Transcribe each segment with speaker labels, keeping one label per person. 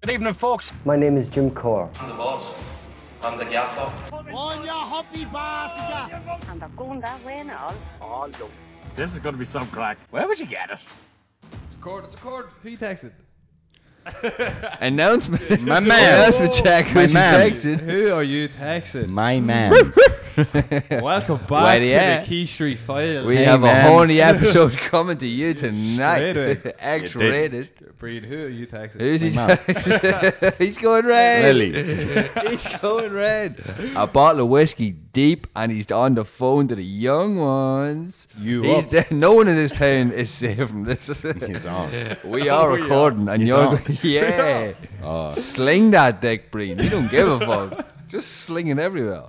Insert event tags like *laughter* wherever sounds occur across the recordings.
Speaker 1: Good evening, folks.
Speaker 2: My name is Jim Core.
Speaker 3: I'm the boss. I'm the gaffer.
Speaker 4: and they're going that way now.
Speaker 1: This is going to be some crack. Where would you get it?
Speaker 5: Cord, it's a cord. Who you texted?
Speaker 6: Announcement.
Speaker 7: My man.
Speaker 6: Announcement check.
Speaker 7: My
Speaker 6: Which
Speaker 7: man.
Speaker 6: is exit.
Speaker 5: Who are you texting?
Speaker 7: My man.
Speaker 6: *laughs*
Speaker 5: Welcome
Speaker 6: Why the
Speaker 5: back to
Speaker 6: yeah.
Speaker 5: the Key Street File.
Speaker 6: We
Speaker 7: Hey,
Speaker 6: have
Speaker 7: man.
Speaker 6: a horny episode coming to you tonight. *laughs*
Speaker 5: Straight away.
Speaker 6: X rated.
Speaker 5: Breed, who are you texting?
Speaker 6: Who's he?
Speaker 7: My
Speaker 6: *laughs* He's going red.
Speaker 7: Lily.
Speaker 6: *laughs* He's going red. A bottle of whiskey deep, and he's on the phone to the young ones.
Speaker 5: You
Speaker 6: He's
Speaker 5: up.
Speaker 6: de- no one in this town is safe from
Speaker 5: *laughs*
Speaker 6: this.
Speaker 7: He's on.
Speaker 6: *laughs* We are recording, and
Speaker 7: He's
Speaker 6: you're
Speaker 7: on.
Speaker 6: go- *laughs*
Speaker 5: *laughs*
Speaker 6: yeah. *laughs* Sling that dick, Breen. You don't give a fuck. Just slinging everywhere.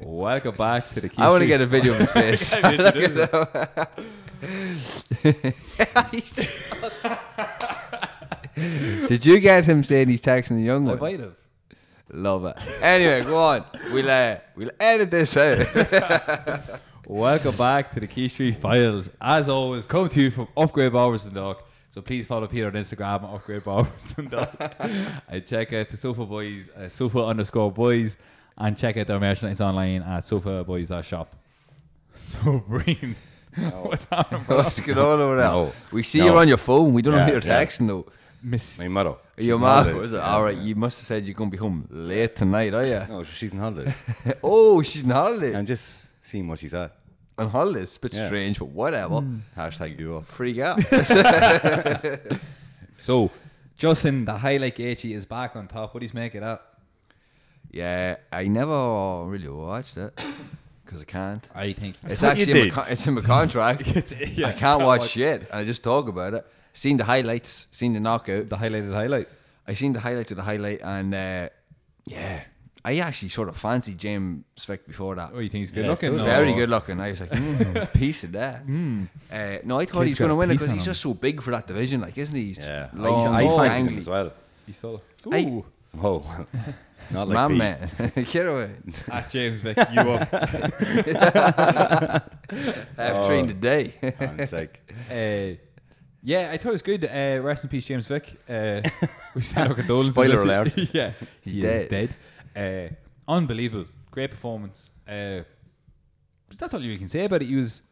Speaker 5: Welcome back to the Key
Speaker 6: I want to
Speaker 5: Street
Speaker 6: get a video of his
Speaker 5: *laughs*
Speaker 6: face. Look at *laughs* him. He's- *laughs* Did you get him saying he's texting the young
Speaker 5: File. I
Speaker 6: one?
Speaker 5: might have.
Speaker 6: Love it. Anyway, go on. We'll uh, we'll edit this out. *laughs*
Speaker 5: Welcome back to the Key Street Files. As always, come to you from Upgrade Barbers and Dock. So please follow Peter on Instagram, Upgrade Barbers and Dock. and check out the Sofa Boys, uh, Sofa underscore Boys, and check out their merchandise online at sofaboys.shop. So, Breen, what's happening, bro?
Speaker 6: What's going on over there?
Speaker 7: No.
Speaker 6: We see
Speaker 7: No.
Speaker 6: you're on your phone. We don't know
Speaker 7: Yeah,
Speaker 6: who you're
Speaker 7: yeah.
Speaker 6: texting though.
Speaker 5: Miss-
Speaker 7: My mother. She's
Speaker 6: your
Speaker 7: on
Speaker 6: mom
Speaker 7: holidays.
Speaker 6: was
Speaker 7: Yeah.
Speaker 6: all right. You must have said you're gonna be home late tonight, are you?
Speaker 7: No, she's in holidays.
Speaker 6: *laughs* oh, she's on holiday.
Speaker 7: I'm just seeing what she's at.
Speaker 6: on holiday, it's a bit
Speaker 7: Yeah.
Speaker 6: strange, but whatever.
Speaker 7: Hashtag you off.
Speaker 6: Freak
Speaker 7: *laughs*
Speaker 6: out.
Speaker 5: So, Justin, the highlight Gaethje is back on top. What he's making up?
Speaker 6: yeah, I never really watched it because I can't.
Speaker 5: I think
Speaker 6: It's
Speaker 7: thought you
Speaker 6: actually in my,
Speaker 7: did.
Speaker 6: con- it's in my
Speaker 7: *laughs*
Speaker 6: contract. I can't watch shit. And I just talk about it. Seen the highlights. Seen the knockout.
Speaker 5: the highlighted highlight.
Speaker 6: I seen the highlights of the highlight, and uh, yeah, I actually sort of fancied James Vick before that.
Speaker 5: Oh, you think he's good
Speaker 7: Yeah,
Speaker 5: looking?
Speaker 7: so
Speaker 5: or-
Speaker 6: Very good looking. I was like, mm, piece of that. Uh, no, I thought he was
Speaker 5: Kid's got
Speaker 6: going to
Speaker 5: a
Speaker 6: win it
Speaker 5: piece
Speaker 6: because
Speaker 5: on
Speaker 6: he's
Speaker 5: him.
Speaker 6: just so big for that division, like, isn't he? He's
Speaker 7: Yeah. I-
Speaker 6: long,
Speaker 7: I,
Speaker 6: long,
Speaker 7: fancied him
Speaker 6: angly.
Speaker 7: as well.
Speaker 5: He's still.
Speaker 6: I-
Speaker 5: Ooh.
Speaker 7: Oh. *laughs* Not
Speaker 6: My
Speaker 7: like me. *laughs*
Speaker 6: man, *laughs* get away.
Speaker 5: At James Vick, you up?
Speaker 6: I've trained today. *laughs*
Speaker 7: It's like,
Speaker 5: Uh, yeah, I thought it was good. Uh, rest in peace, James Vick. Uh, we send our condolences.
Speaker 7: Spoiler
Speaker 5: out to- *laughs* yeah, he's
Speaker 6: dead.
Speaker 5: dead. Uh, unbelievable. Great performance. Uh, that's all you can say about it. He was,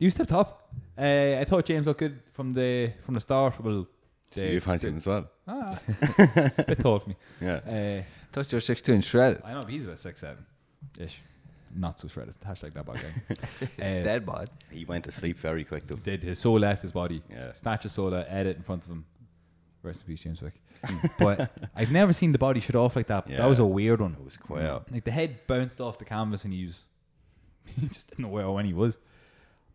Speaker 5: he was tip top. Uh, I thought James looked good from the from the start. Well,
Speaker 7: so
Speaker 5: the- *laughs*
Speaker 7: you fancied him as well.
Speaker 5: Ah, bit tall for me.
Speaker 7: Yeah.
Speaker 5: Uh,
Speaker 6: Touched your 16 shredded.
Speaker 5: I know he's about six seven, ish. Not so shredded. Hashtag that bad guy. Uh,
Speaker 6: Dead bod.
Speaker 7: He went to sleep very quick though.
Speaker 5: Did his soul left his body?
Speaker 7: Yeah.
Speaker 5: Snatch his soul out, edit in front of him. Rest in peace, James Wick. *laughs* but I've never seen the body shut off like that.
Speaker 7: Yeah.
Speaker 5: That was a weird one.
Speaker 7: It was quite out.
Speaker 5: Like the head bounced off the canvas and he was, *laughs* he just didn't know where when he was.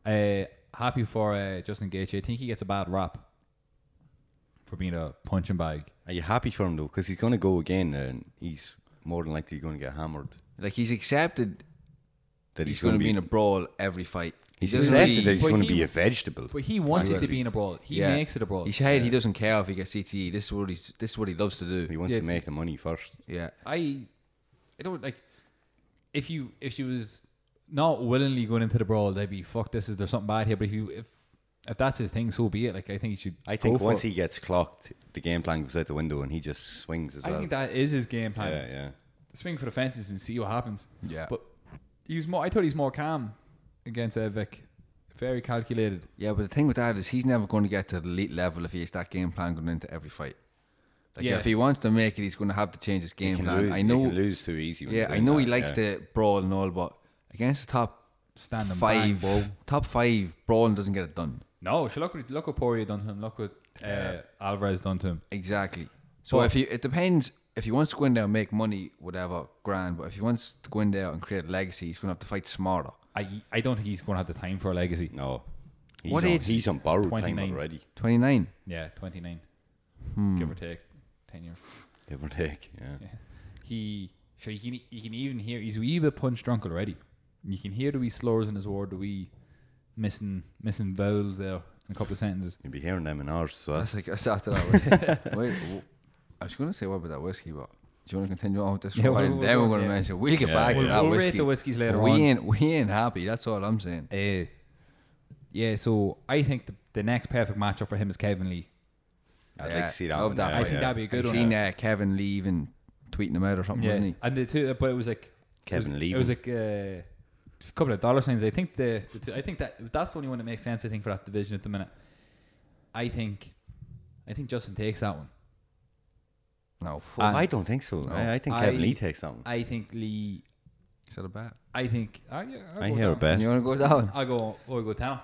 Speaker 5: Uh, happy for uh, Justin Gaethje. I think he gets a bad rap for being a punching bag.
Speaker 7: Are you happy for him though? Because he's going to go again and he's more than likely going to get hammered.
Speaker 6: Like, he's accepted
Speaker 7: That
Speaker 6: he's,
Speaker 7: he's,
Speaker 6: going to be in a brawl every fight.
Speaker 7: He's
Speaker 6: doesn't
Speaker 7: accepted
Speaker 6: really-
Speaker 7: that he's
Speaker 5: But
Speaker 7: going to
Speaker 5: he-
Speaker 7: be a vegetable.
Speaker 5: But he wants it to be in a brawl. He
Speaker 6: Yeah.
Speaker 5: makes it a brawl.
Speaker 6: He said he doesn't care if he gets CTE. This is what he's. This is what he loves to
Speaker 7: He
Speaker 6: do.
Speaker 7: wants
Speaker 5: Yeah.
Speaker 7: to make the money first.
Speaker 6: Yeah.
Speaker 5: I I don't like if you if she was not willingly going into the brawl, they'd be fuck this is there's something bad here. But if you if if that's his thing, so be it. Like I think he should
Speaker 7: I
Speaker 5: go
Speaker 7: think
Speaker 5: for
Speaker 7: once
Speaker 5: it.
Speaker 7: he gets clocked, the game plan goes out the window and he just swings as
Speaker 5: I
Speaker 7: well.
Speaker 5: think that is his game plan.
Speaker 7: yeah, yeah.
Speaker 5: Swing for the fences and see what happens.
Speaker 6: Yeah.
Speaker 5: But he was more I thought he's more calm against uh, Vic. Very calculated.
Speaker 6: Yeah, but the thing with that is he's never going to get to the elite level if he has that game plan going into every fight. Like
Speaker 5: Yeah.
Speaker 6: if he wants to make it, he's going to have to change his game
Speaker 7: He can
Speaker 6: plan.
Speaker 7: lose,
Speaker 6: I
Speaker 7: he
Speaker 6: know.
Speaker 7: can lose too easy. when
Speaker 6: Yeah,
Speaker 7: you're
Speaker 6: I
Speaker 7: doing
Speaker 6: know
Speaker 7: that,
Speaker 6: he likes
Speaker 7: yeah.
Speaker 6: to brawl and all, but against the top
Speaker 5: Stand and
Speaker 6: five,
Speaker 5: bang,
Speaker 6: top five brawling doesn't get it done.
Speaker 5: No, so look what look what Poirier done to him, look what uh, Alvarez done to him.
Speaker 6: Exactly. So
Speaker 5: But-
Speaker 6: if he, it depends. If he wants to go in there and make money, whatever, grand. But if he wants to go in there and create a legacy, he's going to have to fight smarter.
Speaker 5: I I don't think he's gonna have the time for a legacy.
Speaker 7: No. He's
Speaker 6: What
Speaker 7: on,
Speaker 6: age is
Speaker 7: He's on borrowed time
Speaker 5: 29.
Speaker 7: already.
Speaker 6: Twenty nine.
Speaker 5: Yeah, twenty nine. Give or take. Ten years.
Speaker 7: Give or take. Yeah.
Speaker 5: he so you can you can even hear he's a wee bit punch drunk already. You can hear the wee slurs in his word, the wee missing missing vowels there in a couple of sentences.
Speaker 7: You'll be hearing them in ours as well.
Speaker 6: That's like that's after
Speaker 5: *laughs*
Speaker 6: that. Wait, wait, w- I was going to say what about that whiskey, but do you want to continue on with this?
Speaker 5: Yeah,
Speaker 6: one?
Speaker 5: we'll-
Speaker 6: And then
Speaker 5: we'll-
Speaker 6: we're going to
Speaker 5: yeah.
Speaker 6: mention. We'll get
Speaker 7: Yeah,
Speaker 6: back to
Speaker 7: we'll-
Speaker 6: that
Speaker 5: we'll rate
Speaker 6: whiskey.
Speaker 5: the whiskeys later
Speaker 6: we
Speaker 5: on.
Speaker 6: Ain't, we ain't happy. That's all I'm saying.
Speaker 5: Eh, Uh, yeah, so I think the, the next perfect matchup for him is Kevin Lee.
Speaker 7: I'd
Speaker 6: Yeah,
Speaker 7: like to see that
Speaker 6: love
Speaker 7: one.
Speaker 6: that
Speaker 7: yeah,
Speaker 5: I think
Speaker 7: yeah.
Speaker 5: that'd be a good
Speaker 6: I
Speaker 5: one.
Speaker 6: seen uh, Kevin leaving, tweeting him out or something, wasn't he?
Speaker 5: and the two, uh, but it was like it was-
Speaker 7: Kevin
Speaker 5: It was like uh, a couple of dollar signs. I think the, the two, I think that that's the only one that makes sense. I think for that division at the minute. I think, I think Justin takes that one.
Speaker 6: No, fuck.
Speaker 7: I don't think so. I, I think Kevin
Speaker 5: Ah. I-
Speaker 7: Lee takes that one.
Speaker 5: I think Lee.
Speaker 6: Is that a bet?
Speaker 5: I think. Uh, yeah, I'll
Speaker 7: I
Speaker 5: go
Speaker 7: hear a
Speaker 5: down.
Speaker 7: bet.
Speaker 6: You want to go with that one?
Speaker 5: I'll go. I'll go ten.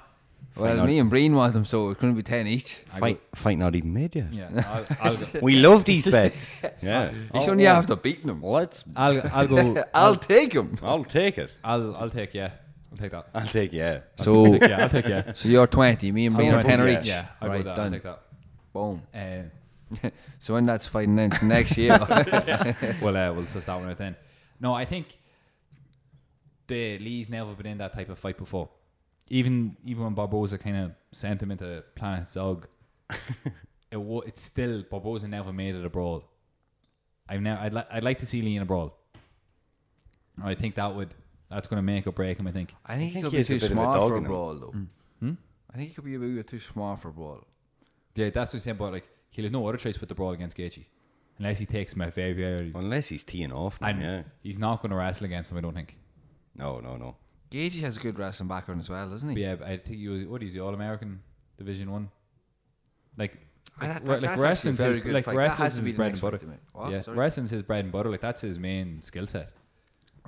Speaker 6: Well,
Speaker 7: out.
Speaker 6: me and Breen want them, so it couldn't be 10 each.
Speaker 7: Fight, fight not even made
Speaker 6: *laughs*
Speaker 7: yet.
Speaker 5: Yeah, I'll, I'll go.
Speaker 7: We love these bets.
Speaker 5: *laughs*
Speaker 7: yeah.
Speaker 6: It's only after beating them.
Speaker 7: Let's.
Speaker 5: I'll,
Speaker 6: *laughs*
Speaker 5: I'll go.
Speaker 6: I'll take them.
Speaker 7: I'll take it.
Speaker 5: I'll, I'll take yeah. I'll take that.
Speaker 7: I'll take yeah.
Speaker 6: So,
Speaker 5: Yeah, I'll take yeah.
Speaker 6: *laughs* so you're 20, me and Breen are
Speaker 5: I'll
Speaker 6: 10
Speaker 5: take,
Speaker 6: or
Speaker 5: yeah.
Speaker 6: each.
Speaker 5: Yeah, I'll go
Speaker 6: right,
Speaker 5: with that. I'll
Speaker 6: done.
Speaker 5: take that.
Speaker 6: Boom.
Speaker 5: Um,
Speaker 6: So when that's fighting ends next year,
Speaker 5: *laughs* well, uh, we'll suss that one out then. No, I think the Lee's never been in that type of fight before. Even even when Barboza kind of sent him into Planet Zog, it wa- it's still Barboza never made it a brawl. I've now I'd, li- I'd like to see Lee in a brawl. I think that would that's going to make or break him. I think.
Speaker 6: I think he
Speaker 7: think
Speaker 6: could
Speaker 7: he
Speaker 6: be
Speaker 7: is a
Speaker 6: too
Speaker 7: bit of a
Speaker 6: small
Speaker 7: dog
Speaker 6: for a
Speaker 7: in him. Hmm?
Speaker 6: brawl, though. I think he could be a bit too small for a brawl.
Speaker 5: Yeah, that's what I'm saying. But like, he'll have no other choice but the brawl against Gaethje, unless he takes him out very early.
Speaker 7: Unless he's teeing off. Now,
Speaker 5: And
Speaker 7: yeah.
Speaker 5: he's not going to wrestle against him. I don't think.
Speaker 7: No, no, no.
Speaker 6: Gagey has a good wrestling background as well, doesn't he?
Speaker 5: But yeah, but I think he was what is the All American Division One, like
Speaker 6: Ah, that-
Speaker 5: like,
Speaker 6: that-
Speaker 5: like
Speaker 6: that's actually a
Speaker 5: wrestling's
Speaker 6: very
Speaker 5: his,
Speaker 6: good
Speaker 5: like
Speaker 6: fight. That has
Speaker 5: wrestling's
Speaker 6: to
Speaker 5: his
Speaker 6: be the
Speaker 5: bread
Speaker 6: next
Speaker 5: and butter.
Speaker 6: fight to me. What?
Speaker 5: Yeah,
Speaker 6: Sorry.
Speaker 5: wrestling's his bread and butter. Like that's his main skill set.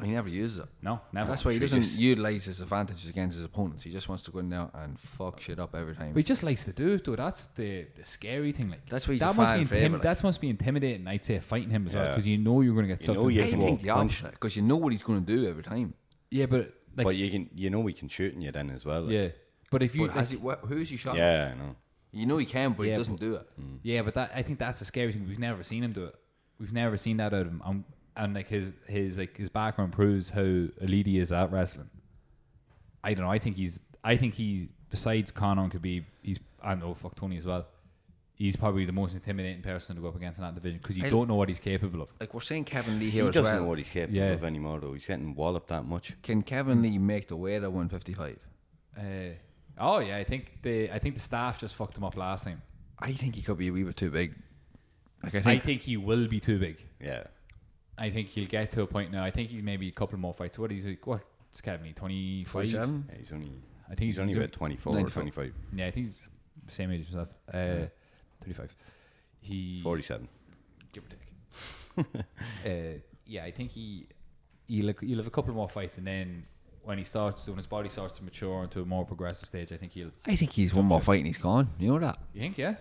Speaker 6: He never uses it.
Speaker 5: No,
Speaker 7: Ah,
Speaker 5: never.
Speaker 6: That's why he
Speaker 5: Sure
Speaker 6: doesn't
Speaker 5: just-
Speaker 6: utilize his advantages against his opponents. He just wants to go in there and fuck shit up every time.
Speaker 5: But he just likes to do it, though. That's the, the scary thing. Like
Speaker 6: That's why he's
Speaker 5: that
Speaker 6: a
Speaker 5: must
Speaker 6: fan
Speaker 5: be
Speaker 6: favourite, like.
Speaker 5: that must be intimidating. I'd say fighting him as well
Speaker 7: Yeah.
Speaker 5: because you know you're going to get
Speaker 7: You know
Speaker 5: something.
Speaker 7: he
Speaker 6: I
Speaker 7: has more
Speaker 6: think the
Speaker 7: punch.
Speaker 6: opposite, because you know what he's going to do every time.
Speaker 5: yeah, but like
Speaker 7: but you can, you know, we can shoot in you then as well. like.
Speaker 5: yeah, but if you
Speaker 6: But has he, wh- who's he shot?
Speaker 7: Yeah, Mm. I know.
Speaker 6: You know he can, but
Speaker 5: Yeah,
Speaker 6: he doesn't do it.
Speaker 5: Yeah, but that I think that's a scary thing. We've never seen him do it. We've never seen that out of him. Um, and like his his like his background proves how elite he is at wrestling. I don't know. I think he's. I think he's besides Conor and Khabib, he's and oh fuck Tony as well. He's probably the most intimidating person to go up against in that division because you
Speaker 6: I-
Speaker 5: don't know what he's capable of.
Speaker 6: Like we're saying, Kevin Lee here
Speaker 7: He
Speaker 6: as
Speaker 7: doesn't
Speaker 6: well.
Speaker 7: know what he's capable
Speaker 5: Yeah.
Speaker 7: of anymore, though. He's getting walloped that much.
Speaker 6: Can Kevin Lee make the weight at 155?
Speaker 5: Uh, oh yeah, I think the I think the staff just fucked him up last time.
Speaker 6: I think he could be a wee bit too big. Like I
Speaker 5: I
Speaker 6: think
Speaker 5: think he will be too big.
Speaker 7: Yeah.
Speaker 5: I think he'll get to a point now. I think he's maybe a couple more fights. What is it? What's Kevin? Twenty five.
Speaker 6: 47.
Speaker 7: yeah he's only.
Speaker 5: I think
Speaker 7: He's,
Speaker 5: he's-
Speaker 7: only
Speaker 5: he's-
Speaker 7: about 24 or
Speaker 6: 94.
Speaker 7: 25.
Speaker 5: Yeah, I think he's the same age as myself. Uh, 35. He
Speaker 7: 47.
Speaker 5: give or take. *laughs* uh, yeah, I think he he'll, he'll have a couple more fights, and then when he starts, when his body starts to mature into a more progressive stage, I think he'll.
Speaker 6: I think he's one more fight and he's gone. You know that?
Speaker 5: You think? Yeah,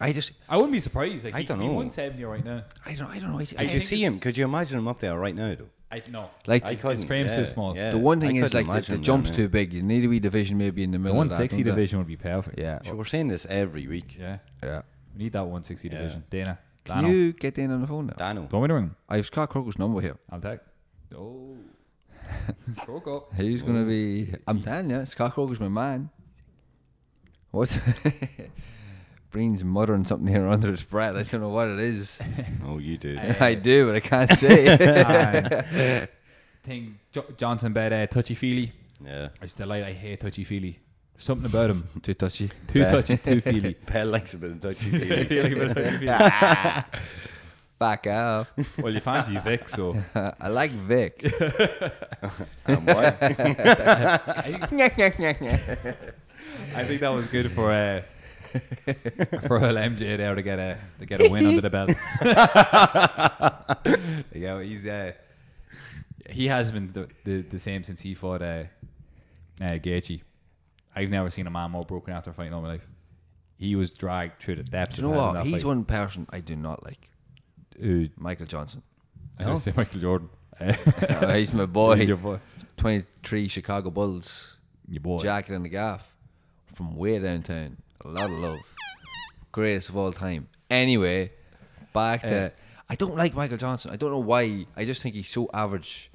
Speaker 6: I just,
Speaker 5: I wouldn't be surprised. Like,
Speaker 7: I
Speaker 5: he,
Speaker 7: don't
Speaker 5: He
Speaker 7: know.
Speaker 5: won seventy right now.
Speaker 6: I don't, I don't know. I,
Speaker 7: Did
Speaker 5: I
Speaker 7: you
Speaker 5: think
Speaker 7: see
Speaker 5: it's-
Speaker 7: him? Could you imagine him up there right now, though?
Speaker 5: I no.
Speaker 6: Like-
Speaker 5: I, his
Speaker 7: couldn't,
Speaker 5: frame's
Speaker 7: yeah,
Speaker 5: too small.
Speaker 7: yeah.
Speaker 6: the one thing
Speaker 7: I
Speaker 6: is
Speaker 7: couldn't
Speaker 6: like the, the
Speaker 7: imagine
Speaker 6: jump's
Speaker 7: that,
Speaker 6: too big. You need a wee division maybe in the
Speaker 5: The
Speaker 6: middle.
Speaker 5: one
Speaker 6: of that,
Speaker 5: sixty
Speaker 6: don't they?
Speaker 5: division would be perfect.
Speaker 6: Yeah.
Speaker 7: Sure, we're saying this every week.
Speaker 5: yeah.
Speaker 6: Yeah.
Speaker 5: We need that one sixty division. Dana,
Speaker 6: Can
Speaker 5: Dano.
Speaker 6: you get in on the phone now?
Speaker 7: Dano.
Speaker 5: do you want me to ring? him?
Speaker 6: I've Scott Croker's number here.
Speaker 5: I'll take. Oh, *laughs* Coco.
Speaker 6: He's gonna be. I'm telling you, Scott Croker's my man. What's *laughs* Breen's muttering something here *laughs* under his breath. I don't know what it is. *laughs*
Speaker 7: Oh, you do.
Speaker 6: I do, but I can't say. it.
Speaker 5: and thing jo- Johnson bad uh, touchy feely.
Speaker 7: *laughs* yeah.
Speaker 5: I still like I hate touchy feely. Something about him
Speaker 6: Too touchy.
Speaker 5: too
Speaker 6: *laughs*
Speaker 5: touchy, too
Speaker 7: *laughs*
Speaker 5: feely.
Speaker 7: Pell likes a bit of *laughs* touchy feely.
Speaker 6: Back off. *laughs*
Speaker 5: well, you fancy Vic, so
Speaker 6: I like Vic. *laughs*
Speaker 7: and why?
Speaker 5: I think that was good for uh, *laughs* for Earl MJ there to get a to get a win under the belt. yeah, well, he's uh, he has been the, the, the same since he fought uh, uh, Gaethje. I've never seen a man more broken after a fight in all my life. He was dragged through the depths.
Speaker 6: Do you know
Speaker 5: of hell in
Speaker 6: what?
Speaker 5: that
Speaker 6: He's
Speaker 5: fight.
Speaker 6: one person I do not like.
Speaker 5: Uh,
Speaker 6: Michael Johnson.
Speaker 5: I was gonna say Michael Jordan.
Speaker 7: *laughs*
Speaker 6: Uh, he's my
Speaker 5: your
Speaker 6: boy.
Speaker 5: boy.
Speaker 6: 23 Chicago Bulls.
Speaker 5: Your boy.
Speaker 6: Jacket in the gaff. From way downtown. A lot of love. Greatest of all time. Anyway, back to. I don't like Michael Johnson. I don't know why. I just think he's so average.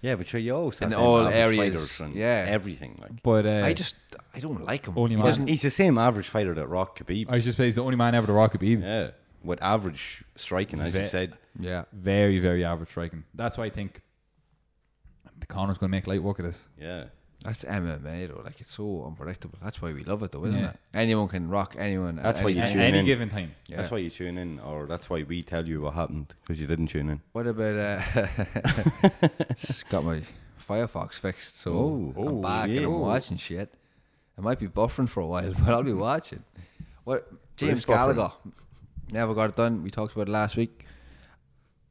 Speaker 7: yeah, but sure, you always have
Speaker 6: In
Speaker 7: them
Speaker 6: all
Speaker 7: average
Speaker 6: areas,
Speaker 7: fighters and
Speaker 6: yeah.
Speaker 7: everything. Like
Speaker 5: But uh,
Speaker 6: I just. I don't like him.
Speaker 5: Only
Speaker 6: he
Speaker 5: man.
Speaker 6: doesn't,
Speaker 7: he's the same average fighter that Rock Khabib.
Speaker 5: I was just saying he's the only man ever to rock a beam.
Speaker 7: yeah, with average striking, as you
Speaker 5: Ve-
Speaker 7: said.
Speaker 6: yeah.
Speaker 5: Very, very average striking. That's why I think the Connor's going to make light work of this.
Speaker 7: Yeah,
Speaker 6: That's MMA though. Like it's so unpredictable. That's why we love it though, isn't
Speaker 5: Yeah.
Speaker 6: it? Anyone can rock anyone. at
Speaker 7: That's why
Speaker 6: any
Speaker 7: you
Speaker 5: At
Speaker 6: time.
Speaker 7: tune
Speaker 5: any
Speaker 7: in.
Speaker 5: given time.
Speaker 6: Yeah.
Speaker 7: That's why you tune in, or that's why we tell you what happened because you didn't tune in.
Speaker 6: What about
Speaker 7: *laughs*
Speaker 6: uh, *laughs* just got my Firefox fixed, so
Speaker 7: Oh.
Speaker 6: I'm
Speaker 7: Oh,
Speaker 6: back and
Speaker 7: yeah.
Speaker 6: I'm watching shit. It might be buffering for a while, *laughs* but I'll be watching. What James
Speaker 7: is buffering?
Speaker 6: Gallagher never got it done. We talked about it last week.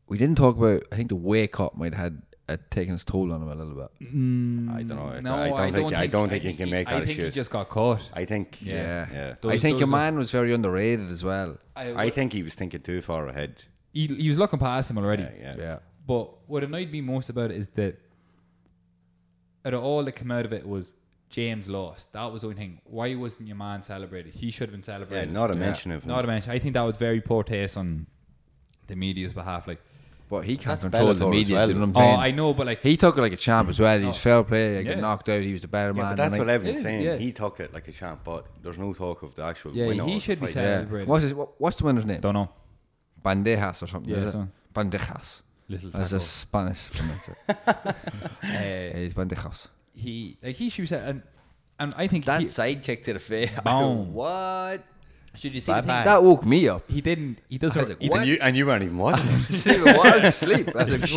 Speaker 6: We didn't talk about. I think the wake up might have had, had taken its toll on him a little bit.
Speaker 7: I don't know.
Speaker 5: No,
Speaker 7: I, don't think, I don't think he can make
Speaker 5: I
Speaker 7: that
Speaker 5: think he
Speaker 7: shit.
Speaker 5: just got caught.
Speaker 7: I think.
Speaker 6: Yeah,
Speaker 7: Yeah.
Speaker 6: I
Speaker 5: Those-
Speaker 6: think your
Speaker 5: those are-
Speaker 6: man was very underrated as well.
Speaker 7: I think he was thinking too far ahead.
Speaker 5: he, he was looking past him already.
Speaker 7: Yeah. yeah.
Speaker 6: Yeah,
Speaker 5: But what annoyed me most about it is that out of all that came out of it was James lost. That was the only thing. Why wasn't your man celebrated? He should have been
Speaker 7: Yeah,
Speaker 5: celebrated.
Speaker 7: Not a mention of him.
Speaker 5: Not a mention. I think that was very poor taste on the media's behalf. Like,
Speaker 6: but he can't
Speaker 7: That's
Speaker 6: control
Speaker 7: Bellator
Speaker 6: the
Speaker 7: as
Speaker 6: media.
Speaker 7: well.
Speaker 6: Do
Speaker 7: Oh.
Speaker 6: you know what I'm
Speaker 5: oh,
Speaker 6: saying?
Speaker 5: I know, but like,
Speaker 6: he took it like a champ as well. He was fair play. He
Speaker 5: Yeah.
Speaker 6: got knocked out. He was the better
Speaker 7: yeah,
Speaker 6: man.
Speaker 7: but that's
Speaker 6: and
Speaker 7: what
Speaker 6: like-
Speaker 7: everyone's
Speaker 5: is,
Speaker 7: saying.
Speaker 5: yeah.
Speaker 7: He took it like a champ, but there's no talk of the actual
Speaker 5: Yeah,
Speaker 7: winner.
Speaker 5: he
Speaker 7: of the
Speaker 5: should be
Speaker 7: fight.
Speaker 5: saying-
Speaker 6: Yeah.
Speaker 5: Celebrated.
Speaker 6: What's his what, What's the winner's name?
Speaker 5: don't know.
Speaker 6: Bandejas or something.
Speaker 5: Yeah,
Speaker 6: is it?
Speaker 5: something.
Speaker 6: Bandejas.
Speaker 5: Little
Speaker 6: That's a
Speaker 5: taco.
Speaker 6: Spanish. pronounce
Speaker 7: *laughs*
Speaker 6: it.
Speaker 5: Uh,
Speaker 6: Yeah, it's Bandejas.
Speaker 5: he like he shoots it, and and I think he,
Speaker 6: sidekick to the
Speaker 7: *laughs*
Speaker 6: face.
Speaker 5: Boom.
Speaker 6: What?
Speaker 5: should you see the
Speaker 6: That,
Speaker 5: thing?
Speaker 6: that woke me up. *laughs*
Speaker 5: he didn't. He does.
Speaker 6: I was
Speaker 5: a-
Speaker 6: like,
Speaker 5: he
Speaker 6: what?
Speaker 7: And you, and you weren't even watching.
Speaker 6: *laughs*
Speaker 7: it.
Speaker 6: See, I was asleep. I
Speaker 7: *laughs*
Speaker 6: was like,